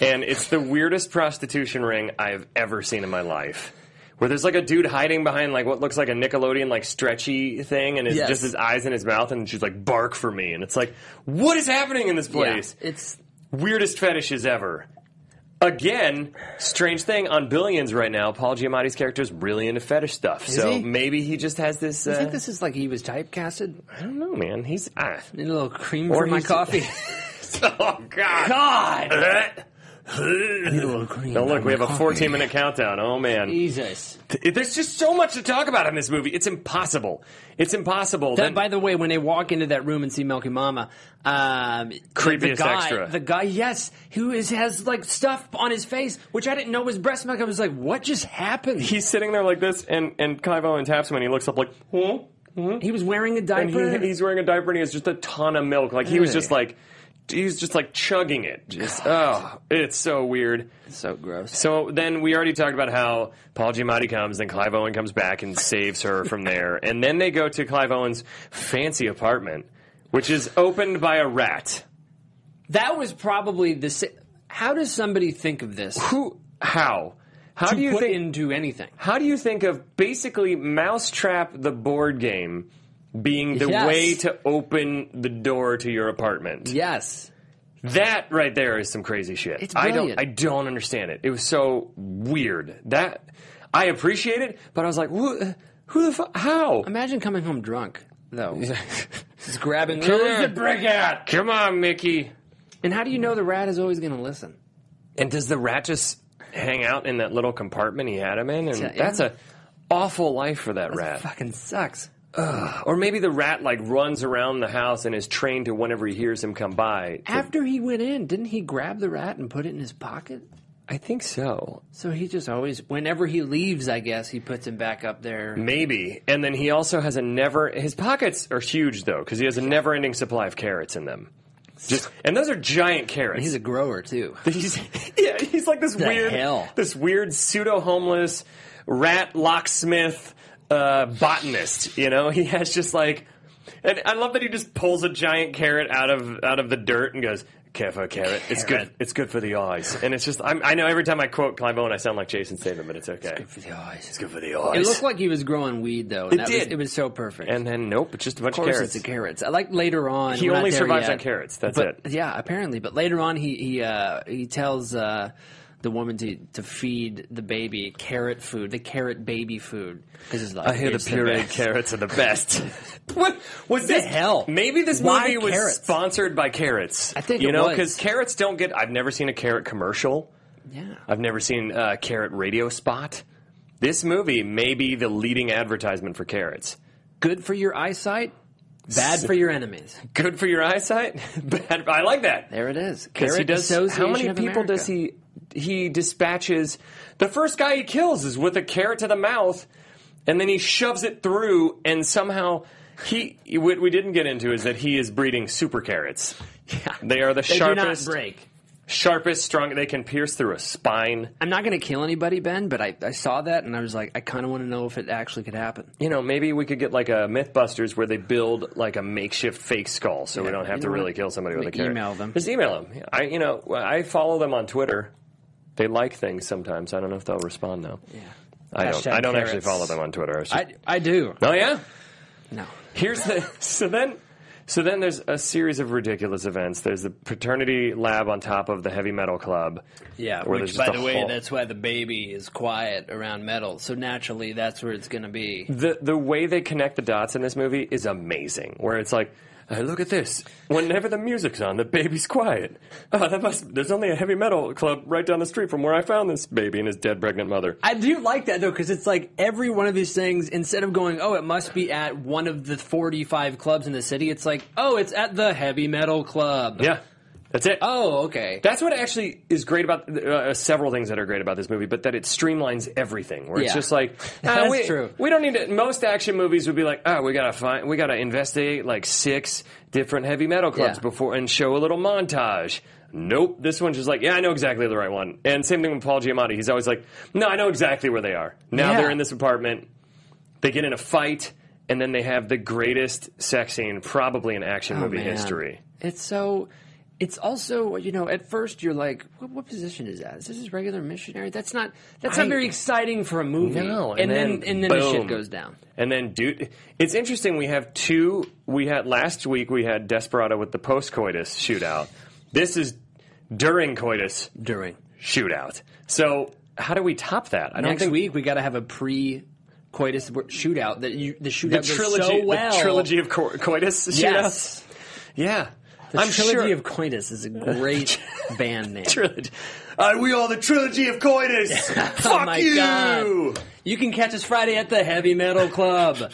S3: and it's the weirdest prostitution ring I've ever seen in my life. Where there's like a dude hiding behind like what looks like a Nickelodeon like stretchy thing, and it's
S4: Yes.
S3: just his eyes in his mouth, and she's like bark for me, and it's like what is happening in this
S4: Yeah,
S3: place?
S4: it's
S3: Weirdest fetishes ever. Again, strange thing on Billions right now. Paul Giamatti's character is really into fetish stuff, so
S4: he?
S3: maybe he just has this.
S4: I
S3: Uh,
S4: think this is like he was typecasted.
S3: I don't know, man. He's
S4: <laughs>
S3: ah.
S4: Need a little cream
S3: Or
S4: for my
S3: he's- <laughs>
S4: coffee.
S3: oh God.
S4: God!
S3: Don't
S4: Need a little cream.
S3: look,
S4: for
S3: we
S4: my
S3: have a
S4: coffee.
S3: 14 minute countdown. Oh man,
S4: Jesus.
S3: It- there's just so much to talk about in this movie. It's impossible. It's impossible.
S4: That,
S3: Then-
S4: by the way, when they walk into that room and see Milky Mama, um, the- the
S3: Creepiest
S4: guy,
S3: extra.
S4: the guy, yes, who is has like stuff on his face, which I didn't know was breast milk. I was like, what just happened?
S3: he's sitting there like this, and and Kyvo and taps him, and he looks up like, huh?
S4: He was wearing a
S3: and
S4: diaper.
S3: he, he's wearing a diaper, and he has just a ton of milk. Like he was just like, he was just like chugging it. Just oh, it's so weird.
S4: so gross.
S3: So then we already talked about how Paul Giamatti comes, then Clive Owen comes back and saves her from there, and then they go to Clive Owen's fancy apartment, which is opened by a rat.
S4: That was probably the. si- How does somebody think of this?
S3: Who? How? How
S4: to
S3: do you
S4: put
S3: think?
S4: into anything?
S3: how do you think of basically Mousetrap the board game being the
S4: Yes.
S3: way to open the door to your apartment?
S4: Yes.
S3: That right there is some crazy shit.
S4: It's
S3: I don't
S4: brilliant.
S3: I don't understand it. It was so weird. That I appreciate it, but I was like, who, who the fuck? How?
S4: Imagine coming home drunk, though. Just grabbing.
S3: Where's the brick at? Come on, Mickey.
S4: And how do you know the rat is always going to listen?
S3: And does the rat just hang out in that little compartment he had him in? And
S4: Yeah.
S3: that's a awful life for that rat.
S4: Fucking sucks.
S3: Or maybe the rat like runs around the house and is trained to whenever he hears him come by. to-
S4: After he went in, didn't he grab the rat and put it in his pocket?
S3: I think so.
S4: So he just always, whenever he leaves, I guess he puts him back up there.
S3: Maybe. And then he also has a never. His pockets are huge though, because he has a never-ending supply of carrots in them. Just and those are giant carrots.
S4: He's a grower too.
S3: He's yeah, he's like this
S4: The
S3: weird,
S4: hell?
S3: this weird pseudo homeless rat locksmith uh, botanist. You know, he has just like, and I love that he just pulls a giant carrot out of out of the dirt and goes. Care for a carrot. It's good. It's good for the eyes, and it's just. I'm, I know every time I quote Clive Owen, I sound like Jason Statham, but it's okay. It's
S4: For the eyes.
S3: good for the eyes.
S4: It looked like he was growing weed though. and
S3: It
S4: that Was,
S3: did.
S4: it was so perfect.
S3: and then nope, it's just a bunch of,
S4: of course,
S3: carrots.
S4: it's the carrots. I like later on.
S3: He
S4: we're not
S3: only
S4: there
S3: survives
S4: yet,
S3: on carrots. That's
S4: but,
S3: it.
S4: Yeah, apparently. But later on, he he uh, he tells uh, the woman to to feed the baby carrot food, the carrot baby food, because it's like
S3: I hear the
S4: it's
S3: pureed
S4: best.
S3: carrots are the best. <laughs> what was this?
S4: hell?
S3: Maybe this
S4: Why
S3: movie was
S4: carrots?
S3: sponsored by carrots.
S4: I think
S3: you
S4: it
S3: know
S4: was.
S3: because carrots don't get. I've never seen a carrot commercial.
S4: Yeah.
S3: I've never seen a carrot radio spot. This movie may be the leading advertisement for carrots.
S4: Good for your eyesight. Bad for your enemies.
S3: Good for your eyesight. <laughs> Bad. I like that.
S4: There it is.
S3: Because he
S4: Carrot
S3: does. How
S4: Association
S3: many
S4: of
S3: people
S4: America.
S3: does he? He dispatches. The first guy he kills is with a carrot to the mouth, and then he shoves it through, and somehow he. What we didn't get into is that he is breeding super carrots.
S4: Yeah.
S3: They are the
S4: They do not
S3: sharpest,
S4: break.
S3: sharpest, strong. They can pierce through a spine.
S4: I'm not going to kill anybody, Ben, but I, I saw that and I was like, I kind of want to know if it actually could happen.
S3: You know, maybe we could get like a MythBusters where they build like a makeshift fake skull, so we
S4: Yeah,
S3: don't have
S4: you
S3: to
S4: know
S3: really
S4: what?
S3: kill somebody with
S4: We
S3: a carrot.
S4: email them.
S3: Just email them. I, you know, I follow them on Twitter. They like things sometimes. I don't know if they'll respond though. Yeah. I don't.
S4: Hashtag
S3: I don't actually
S4: carrots.
S3: follow them on Twitter. I was just-
S4: I, I do.
S3: oh yeah.
S4: No.
S3: Here's the <laughs> so then so then there's a series of ridiculous events. There's the paternity lab on top of the heavy metal club.
S4: Yeah,
S3: Or there's
S4: which
S3: just
S4: by
S3: a
S4: the way,
S3: whole-
S4: that's why the baby is quiet around metal. So naturally, that's where it's going to be.
S3: the the way they connect the dots in this movie is amazing. Where it's like, hey, look at this. Whenever the music's on, the baby's quiet. <laughs> Oh, that must. There's only a heavy metal club right down the street from where I found this baby and his dead pregnant mother.
S4: I do like that though, because it's like every one of these things, instead of going, oh, it must be at one of the 45 clubs in the city, it's like, oh, it's at the heavy metal club.
S3: Yeah, that's it.
S4: Oh, okay.
S3: That's what actually is great about uh, several things that are great about this movie, but that it streamlines everything. Where it's
S4: Yeah.
S3: just
S4: <laughs>
S3: like, ah,
S4: That's
S3: we,
S4: true.
S3: We don't need to. Most action movies would be like, oh, we gotta find, we gotta investigate like six different heavy metal clubs
S4: Yeah.
S3: before and show a little montage. Nope, this one's just like, yeah, I know exactly the right one. And same thing with Paul Giamatti. He's always like, no, I know exactly where they are. Now
S4: Yeah.
S3: they're in this apartment. They get in a fight, and then they have the greatest sex scene probably in action movie
S4: Oh, man.
S3: history.
S4: It's so. It's also you know at first you're like, what, what position is that? Is this just regular missionary? That's not. That's
S3: I-
S4: not very exciting for a movie.
S3: No,
S4: and,
S3: and
S4: then,
S3: then
S4: and then the
S3: boom.
S4: shit goes down.
S3: And then, dude, it's interesting. We have two. We had last week. We had Desperado with the post coitus shootout. This is during coitus
S4: During
S3: shootout. So how do we top that? I don't
S4: Next
S3: think
S4: week we got to have a pre coitus shootout that you the shootout
S3: the
S4: goes
S3: trilogy,
S4: so well.
S3: the trilogy of co- coitus shootouts.
S4: yes.
S3: Yeah,
S4: The
S3: I'm
S4: trilogy
S3: sure.
S4: of coitus is a <laughs> great band name.
S3: <laughs> trilogy. Are we all the trilogy of coitus? Fuck
S4: <laughs> oh my
S3: you!
S4: god! You can catch us Friday at the Heavy Metal Club.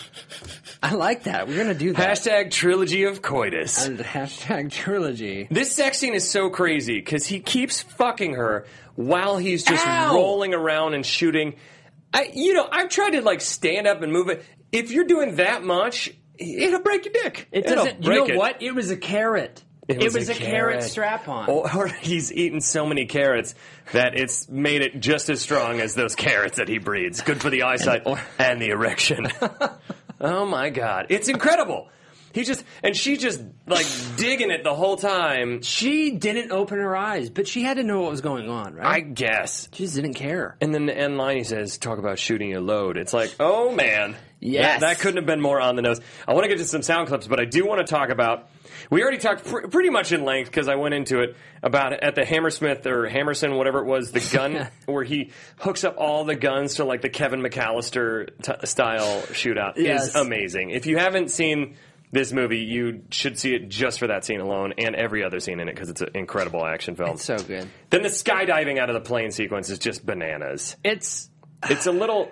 S4: I like that. We're gonna do that.
S3: Hashtag trilogy of coitus.
S4: And hashtag trilogy.
S3: This sex scene is so crazy because he keeps fucking her while he's just
S4: Ow!
S3: rolling around and shooting. I, you know, I've tried to like stand up and move it. If you're doing that much, it'll break your dick.
S4: It
S3: It'll
S4: doesn't. You
S3: break
S4: know
S3: it.
S4: what? It was a carrot. It was, a, carrot, strap on.
S3: Or, Oh, <laughs> or he's eaten so many carrots that it's made it just as strong as those carrots that he breeds. Good for the eyesight <laughs> and, the
S4: <laughs>
S3: erection. oh my god, it's incredible. He just and she just like digging it the whole time.
S4: She didn't open her eyes, but she had to know what was going on,
S3: I
S4: right?
S3: guess.
S4: she just didn't care.
S3: And then the end line he says, "Talk about shooting your load." It's like, oh man, that,
S4: Yes.
S3: that couldn't have been more on the nose. I want to get to some sound clips, but I do want to talk about. We already talked pr- pretty much in length because I went into it about at the Hammersmith or Hammerson, whatever it was, the
S4: <laughs>
S3: gun where he hooks up all the guns to like the Kevin McAllister t- style shootout
S4: Yes.
S3: is amazing. If you haven't seen this movie, you should see it just for that scene alone and every other scene in it because it's an incredible action film.
S4: It's so good.
S3: Then the skydiving out of the plane sequence is just bananas.
S4: It's
S3: It's a little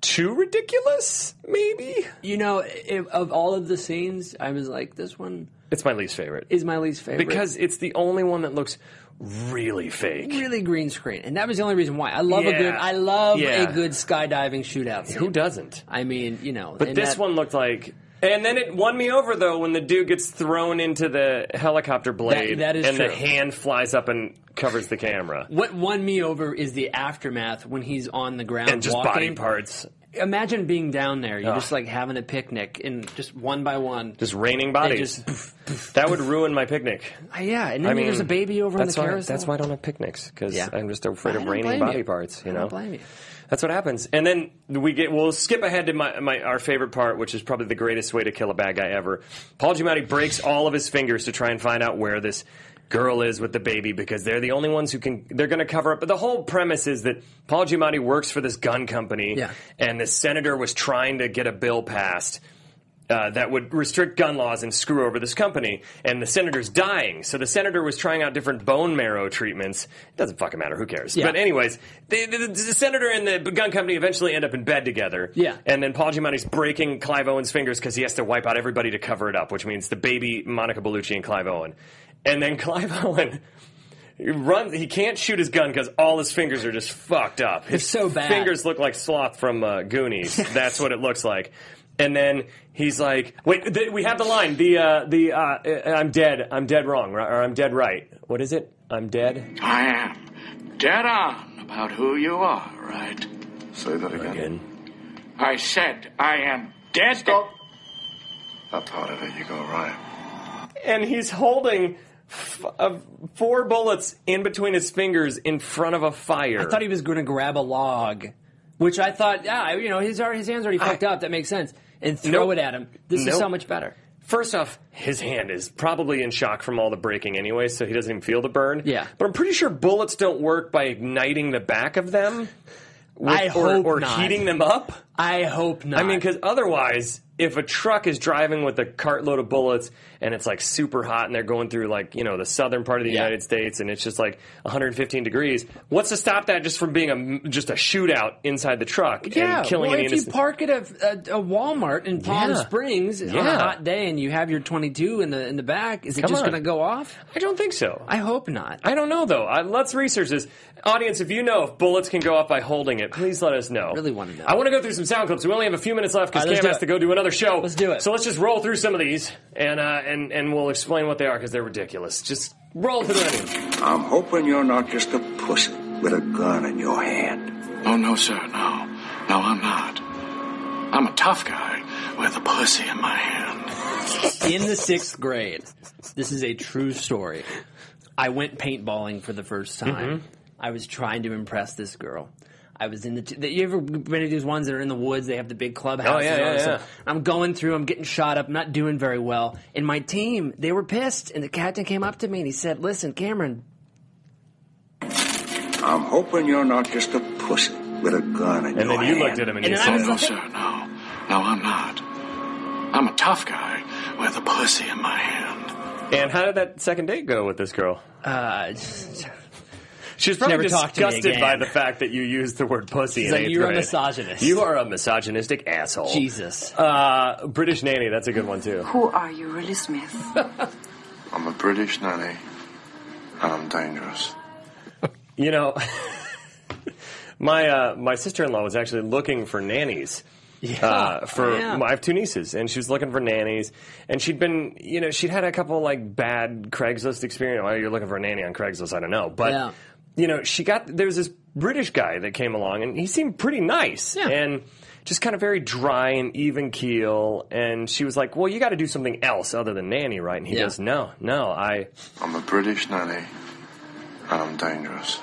S3: too ridiculous, maybe.
S4: you know it, of all of the scenes, I was like, this one
S3: It's my least favorite
S4: is my least favorite
S3: because it's the only one that looks really fake.
S4: really green screen, and that was the only reason why I love a
S3: Yeah.
S4: good. I love
S3: Yeah.
S4: a good skydiving shootout. Scene.
S3: Who doesn't?
S4: I mean, you know,
S3: But
S4: and
S3: this
S4: that-
S3: one looked like. And then it won me over though when the dude gets thrown into the helicopter blade
S4: that is
S3: and the
S4: true.
S3: hand flies up and covers the
S4: <laughs>
S3: camera
S4: What won me over is the aftermath when he's on the ground
S3: and just
S4: walking.
S3: body parts,
S4: Imagine being down there. You're
S3: Ugh.
S4: just like having a picnic and just one by one.
S3: just raining bodies.
S4: just
S3: that would ruin my picnic.
S4: Uh, yeah, and then there's a baby over on the
S3: that's why,
S4: carousel.
S3: That's why I don't have picnics because
S4: Yeah.
S3: I'm just afraid
S4: I
S3: of
S4: don't
S3: raining
S4: blame
S3: body
S4: you.
S3: parts. You
S4: I
S3: know,
S4: don't blame you.
S3: that's what happens. And then we get we'll skip ahead to my, my our favorite part, which is probably the greatest way to kill a bad guy ever. Paul Giamatti breaks all of his fingers to try and find out where this girl is with the baby because they're the only ones who can they're going to cover up but the whole premise is that Paul Giamatti works for this gun company
S4: Yeah.
S3: and the senator was trying to get a bill passed uh, that would restrict gun laws and screw over this company. And the senator's dying, so the senator was trying out different bone marrow treatments. It doesn't fucking matter. Who cares?
S4: Yeah.
S3: But anyways, the, the, the senator and the gun company eventually end up in bed together.
S4: Yeah.
S3: And then Paul Giamatti's breaking Clive Owen's fingers because he has to wipe out everybody to cover it up, which means the baby Monica Bellucci and Clive Owen. And then <laughs> Clive Owen. He runs. He can't shoot his gun because all his fingers are just fucked up. His
S4: so bad.
S3: Fingers look like sloth from uh,
S4: <laughs>
S3: Goonies. That's what it looks like. And then he's like, "Wait, th- we have the line. The uh, the uh, uh, I'm dead. I'm dead wrong, right? or I'm dead right. What is it? I'm dead
S5: I am dead on about who you are, right?
S6: Say that again.
S5: I said I am dead.
S6: That part of it you got right.
S3: And he's holding f- uh, four bullets in between his fingers in front of a fire.
S4: I thought he was going to grab a log, which I thought, yeah, you know, his already- his hands already fucked up. That makes sense. And throw
S3: Nope.
S4: it at him. This is
S3: Nope.
S4: so much better.
S3: First off, his hand is probably in shock from all the breaking anyway, so he doesn't even feel the burn.
S4: Yeah.
S3: But I'm pretty sure bullets don't work by igniting the back of them. with-
S4: I
S3: or,
S4: hope
S3: or
S4: not.
S3: heating them up.
S4: I hope not.
S3: I mean, because otherwise, if a truck is driving with a cartload of bullets and it's like super hot and they're going through like, you know, the southern part of the
S4: Yeah.
S3: United States and it's just like 115 degrees, what's to stop that just from being a, just a shootout inside the truck
S4: yeah,
S3: and killing
S4: well,
S3: any
S4: if you
S3: innocent?
S4: park at a, a, a Walmart in Palm
S3: Yeah.
S4: Springs on
S3: Yeah.
S4: a hot day and you have your 22 in the in the back, is it
S3: Come
S4: just
S3: on.
S4: going to go off?
S3: I don't think so.
S4: I hope not.
S3: I don't know though. I, let's research this. Audience, if you know if bullets can go off by holding it, please let us know. I
S4: really wanna know.
S3: I want to go through some sound clips. We only have a few minutes left because
S4: All right, let's
S3: Cam
S4: do
S3: has
S4: it.
S3: to go do another show.
S4: Let's do it.
S3: So let's just roll through some of these and uh, and and we'll explain what they are because they're ridiculous. Just roll through them.
S8: I'm hoping you're not just a pussy with a gun in your hand.
S5: Oh, no, sir, no. No, I'm not. I'm a tough guy with a pussy in my hand.
S4: in the sixth grade, this is a true story. I went paintballing for the first time.
S3: Mm-hmm.
S4: I was trying to impress this girl. I was in the. T- you ever been to these ones that are in the woods? They have the big clubhouse.
S3: Oh, yeah,
S4: and all
S3: yeah,
S4: this
S3: yeah.
S4: stuff. I'm going through. I'm getting shot up. Not doing very well. And my team, they were pissed. And the captain came up to me and he said, "Listen, Cameron,
S8: I'm hoping you're not just a pussy with a gun in
S3: And
S8: your
S3: then you
S8: hand.
S3: looked at him and,
S4: And
S3: you
S4: then I
S3: said,
S4: was
S5: No,
S4: like,
S5: Oh, sir, no. No, I'm not. I'm a tough guy with a pussy in my hand.
S3: "And how did that second date go with this girl?"
S4: uh,
S3: She was probably
S4: Never talked to me
S3: disgusted
S4: again.
S3: by the fact that you used the word pussy. in
S4: like,
S3: eighth
S4: "You're a
S3: grade.
S4: misogynist."
S3: You are a misogynistic asshole.
S4: Jesus.
S3: Uh, British nanny, that's a good one too.
S9: Who are you, really, Smith?
S6: I'm a British nanny, and I'm dangerous.
S3: You know, <laughs> my uh, my sister in law was actually looking for nannies. uh, for
S4: <laughs> Oh, yeah.
S3: I have two nieces, and she was looking for nannies, and she'd been, you know, she'd had a couple like bad Craigslist experience. Well, you're looking for a nanny on Craigslist, I don't know, but
S4: Yeah.
S3: you know, she got there was this British guy that came along, and he seemed pretty nice,
S4: Yeah.
S3: and just kind of very dry and even keel. And she was like, "Well, you got to do something else other than nanny, right?" And he
S4: Yeah.
S3: goes, "No, no, I."
S6: I'm a British nanny, and I'm dangerous.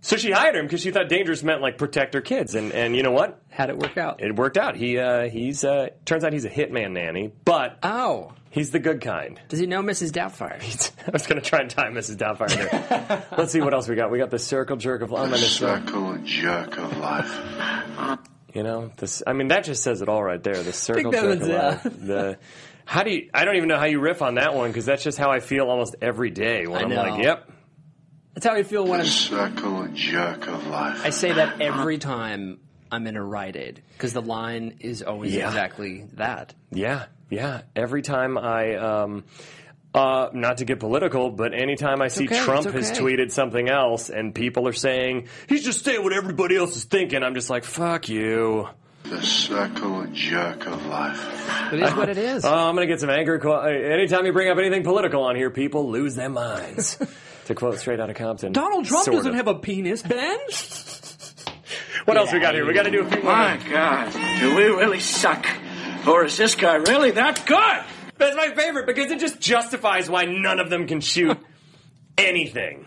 S3: So she hired him because she thought dangerous meant like protect her kids, and and you know what?
S4: how'd it work out?
S3: It worked out. He uh, he's uh, turns out he's a hitman nanny, but
S4: Oh,
S3: he's the good kind. <laughs>
S4: does he know Mrs. Doubtfire?
S3: I was gonna try and tie Mrs. Doubtfire in
S4: <laughs>
S3: there. Let's see what else we got. We got the circle jerk of I'm
S6: The
S3: gonna say-
S6: circle jerk of life.
S3: You know, this. I mean, that just says it all right there. The circle
S4: that
S3: jerk of
S4: was, yeah.
S3: life. The how do you? I don't even know how you riff on that one because that's just how I feel almost every day when
S4: I
S3: I'm
S4: know.
S3: like, yep.
S4: That's how I feel when
S6: The
S4: I'm.
S6: circle jerk of life.
S4: I
S3: <laughs>
S4: say that
S3: Uh-huh.
S4: every time I'm in a Rite Aid because the line is always
S3: Yeah.
S4: exactly that.
S3: Yeah, yeah. Every time I, um, uh, not to get political, but anytime I see
S4: okay,
S3: Trump
S4: it's
S3: has
S4: okay.
S3: tweeted something else and people are saying he's just saying what everybody else is thinking, I'm just like, fuck you.
S6: The circle jerk of life.
S4: It is what it is.
S3: Oh, I'm gonna get some anger. Qu- anytime you bring up anything political on here, people lose their
S4: <laughs>
S3: minds. to quote straight out of Compton,
S4: Donald Trump
S3: sort
S4: doesn't
S3: of.
S4: have a penis, Ben.
S3: What else we got here? We got to do a few more.
S5: My God, do we really suck? Or is this guy really that good?
S3: That's my favorite because it just justifies why none of them can shoot anything.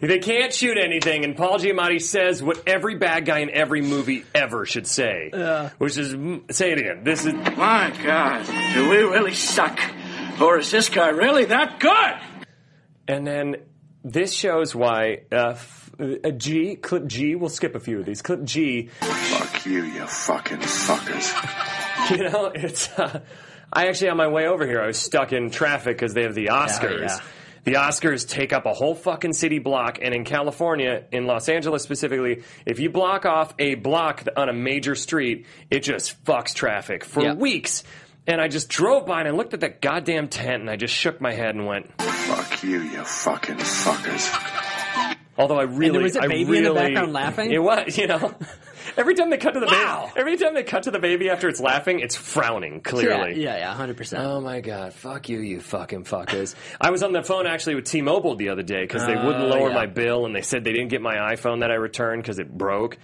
S3: They can't shoot anything, and Paul Giamatti says what every bad guy in every movie ever should say, which is mm, say it again. This is
S5: My God, do we really suck? Or is this guy really that good?
S3: And then this shows why uh, f- a G clip G. We'll skip a few of these. Clip G.
S6: Fuck you, you fucking fuckers.
S3: <laughs> You know, it's. Uh, I actually on my way over here, I was stuck in traffic because they have the Oscars.
S4: yeah.
S3: The Oscars take up a whole fucking city block, and in California, in Los Angeles specifically, if you block off a block on a major street, it just fucks traffic for
S4: Yeah.
S3: weeks. And I just drove by and I looked at that goddamn tent and I just shook my head and went.
S6: Fuck you, you fucking fuckers.
S3: Although I really,
S4: was a
S3: I
S4: baby in the
S3: really-
S4: background laughing?
S3: It was, you know. <laughs> Every time they cut to the
S4: Wow.
S3: baby, every time they cut to the baby after it's laughing, it's frowning <laughs> clearly.
S4: Yeah, yeah, yeah, hundred percent.
S3: Oh my God! Fuck you, you fucking fuckers! I was on the phone actually with T-Mobile the other day because they wouldn't lower
S4: Oh, yeah.
S3: my bill, and they said they didn't get my iPhone that I returned because it broke.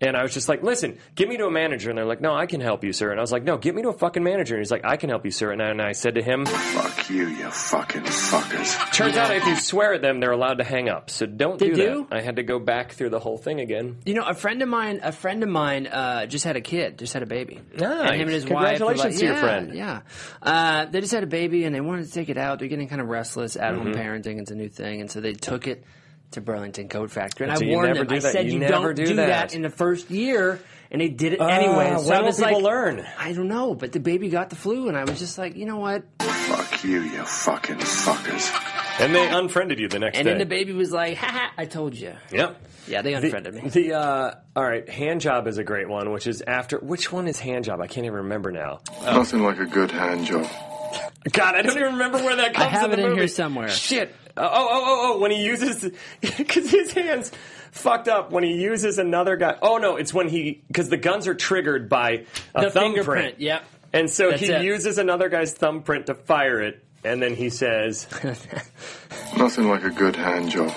S3: And I was just like, "Listen, get me to a manager." And they're like, "No, I can help you, sir." And I was like, "No, get me to a fucking manager." And he's like, "I can help you, sir." And I, and I said to him,
S6: Fuck you, you fucking fuckers.
S3: "Turns out if you swear at them, they're allowed to hang up. So don't
S4: Did
S3: do
S4: you?
S3: that." I had to go back through the whole thing again.
S4: You know, a friend of mine, a friend of mine, uh, just had a kid, just had a baby.
S3: Nice.
S4: And him and his wife.
S3: Congratulations
S4: were like-
S3: to your
S4: yeah,
S3: friend.
S4: Yeah. Uh, they just had a baby and they wanted to take it out. They're getting kind of restless. At
S3: Mm-hmm.
S4: home parenting is a new thing, and so they took it to Burlington Coat Factory. And
S3: So
S4: I
S3: you
S4: warned
S3: never
S4: them.
S3: do
S4: I
S3: that.
S4: said
S3: You
S4: you,
S3: never
S4: don't
S3: do
S4: do,
S3: that."
S4: that. in the first year, and they did it
S3: Ah,
S4: anyway. So
S3: when
S4: I
S3: will
S4: was
S3: people
S4: like,
S3: learn?
S4: I don't know, but the baby got the flu, and I was just like, you know what?
S6: Fuck you, you fucking fuckers.
S3: And they unfriended you the next
S4: And
S3: day.
S4: then the baby was like, ha ha, I told you.
S3: Yep.
S4: Yeah, they
S3: The-
S4: unfriended me.
S3: The uh, all right, hand job is a great one, which is after which one is hand job? I can't even remember now.
S6: Nothing like a good hand job.
S3: God, I don't even remember where that comes.
S4: have
S3: in the
S4: it in
S3: movie.
S4: here somewhere.
S3: Shit. Uh, oh, oh, oh, oh! When he uses, <laughs> because his hands fucked up. When he uses another guy. Oh no, it's when he because the guns are triggered by a
S4: The
S3: thumbprint.
S4: fingerprint, yep.
S3: And so
S4: That's
S3: he
S4: it.
S3: uses another guy's thumbprint to fire it, and then he
S4: <laughs>
S3: says,
S6: Nothing like a good hand job.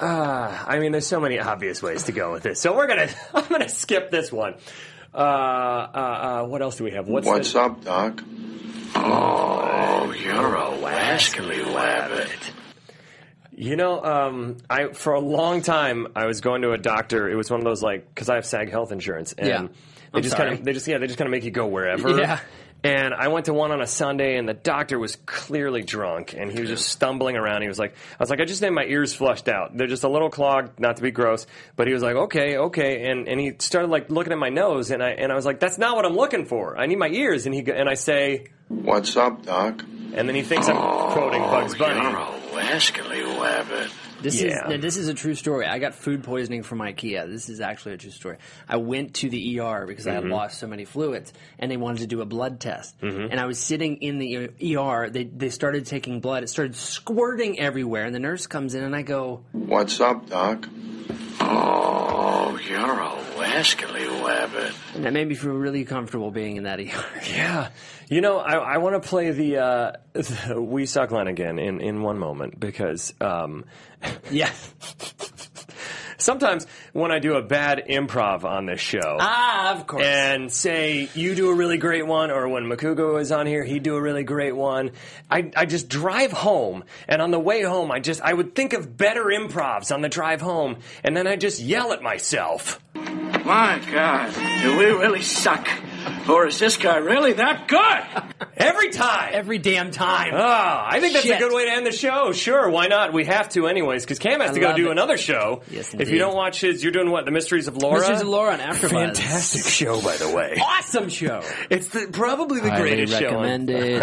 S3: I mean, there's so many obvious ways to go with this. So we're gonna, <laughs> I'm gonna skip this one. Uh, uh, uh, what else do we have? What's,
S6: What's
S3: the,
S6: up, Doc?
S5: Oh, you're a wascally wabbit.
S3: You know, um, I for a long time I was going to a doctor. It was one of those like because I have SAG health insurance, and
S4: Yeah.
S3: they
S4: I'm
S3: just
S4: sorry.
S3: kind of they just yeah they just kind of make you go wherever.
S4: Yeah.
S3: And I went to one on a Sunday, and the doctor was clearly drunk, and he was just stumbling around. He was like, "I was like, I just need my ears flushed out. They're just a little clogged, not to be gross." But he was like, "Okay, okay," and and he started like looking at my nose, and I and I was like, "That's not what I'm looking for. I need my ears." And he go- and I say,
S6: What's up, Doc?
S3: and then he thinks I'm quoting Bugs Bunny.
S5: You're a rascally wabbit.
S4: This
S3: Yeah.
S4: is now, this is a true story. I got food poisoning from IKEA. This is actually a true story. I went to the ER because I
S3: Mm-hmm.
S4: had lost so many fluids, and they wanted to do a blood test. And I was sitting in the ER. They they started taking blood. It started squirting everywhere, and the nurse comes in, and I go,
S6: What's up, Doc?
S5: Oh, you're a rascally wabbit.
S4: and that made me feel really comfortable being in that <laughs> ER.
S3: Yeah, you know, I, I want to play the, uh, <laughs> the "We Suck" line again in in one moment because um,
S4: yeah.
S3: sometimes when I do a bad improv on this show.
S4: Ah, of course.
S3: and say you do a really great one, or when Makugo is on here, he do a really great one. I, I just drive home, and on the way home, I just I would think of better improvs on the drive home, and then I just yell at myself.
S5: My God, do we really suck? Or is this guy really that good?
S3: Every time.
S4: Every damn time.
S3: Ah, I think that's
S4: Shit.
S3: a good way to end the show. Sure, why not? We have to anyways, because Cam has
S4: I
S3: to go
S4: love
S3: do
S4: it.
S3: another show.
S4: Yes,
S3: If you
S4: indeed.
S3: don't watch his, you're doing what? The Mysteries of Laura.
S4: Mysteries of Laura on AfterBuzz.
S3: Fantastic show, by the way.
S4: Awesome show.
S3: It's the, probably the
S4: Highly
S3: greatest show on,
S4: recommended.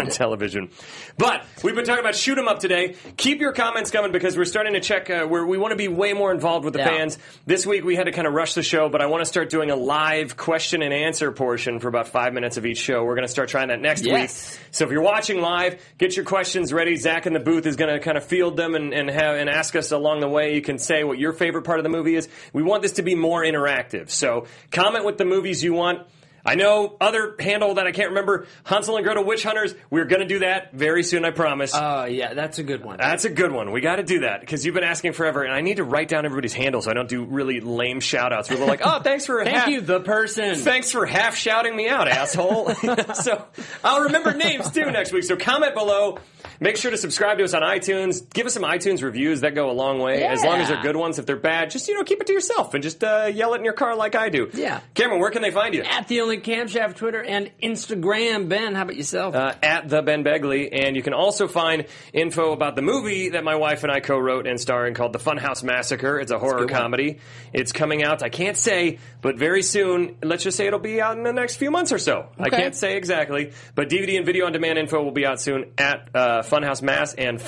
S3: <laughs> on television. But we've been talking about shoot 'em up today. Keep your comments coming because we're starting to check. Uh, where we want to be way more involved with the
S4: Yeah.
S3: fans. This week we had to kind of rush the show, but I want to start doing a live question and answer portion for about five minutes of each show. We're going to start trying that next
S4: Yes.
S3: week. So if you're watching live, get your questions ready. Zach in the booth is going to kind of field them and and, have, and ask us along the way. You can say what your favorite part of the movie is. We want this to be more interactive. So comment with the movies you want. I know other handle that I can't remember. Hansel and Gretel Witch Hunters. We're going to do that very soon, I promise.
S4: Oh yeah, that's a good one.
S3: That's a good one. We got to do that because you've been asking forever, and I need to write down everybody's handle so I don't do really lame shout outs. People are like, oh, thanks for
S4: Thank
S3: half-
S4: you, the person.
S3: Thanks for half shouting me out,
S4: <laughs>
S3: asshole. so I'll remember names too next week. So comment below. Make sure to subscribe to us on iTunes. Give us some iTunes reviews that go a long way. As long as they're
S4: Yeah.
S3: good ones. If they're bad, just you know keep it to yourself and just uh, yell it in your car like I do.
S4: Yeah.
S3: Cameron, where can they find you?
S4: At the only camshaft Twitter and Instagram. Ben, how about yourself?
S3: uh, at the Ben Begley, and you can also find info about the movie that my wife and I co-wrote and starring called The Funhouse Massacre. It's a horror
S4: good one.
S3: comedy. It's coming out. I can't say, but very soon. Let's just say it'll be out in the next few months or so. I
S4: Okay.
S3: can't say exactly, but DVD and video on demand info will be out soon at uh, Funhouse Mass and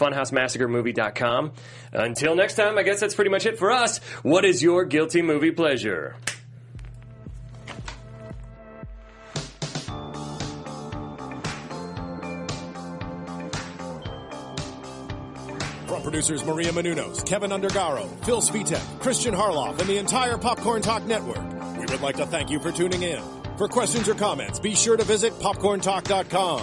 S3: FunhouseMassacreMovie.com. Until next time, I guess that's pretty much it for us. What is your guilty movie pleasure?
S1: From producers Maria Menunos, Kevin Undergaro, Phil Svitek, Christian Harloff, and the entire Popcorn Talk Network, we would like to thank you for tuning in. For questions or comments, be sure to visit popcorntalk.com.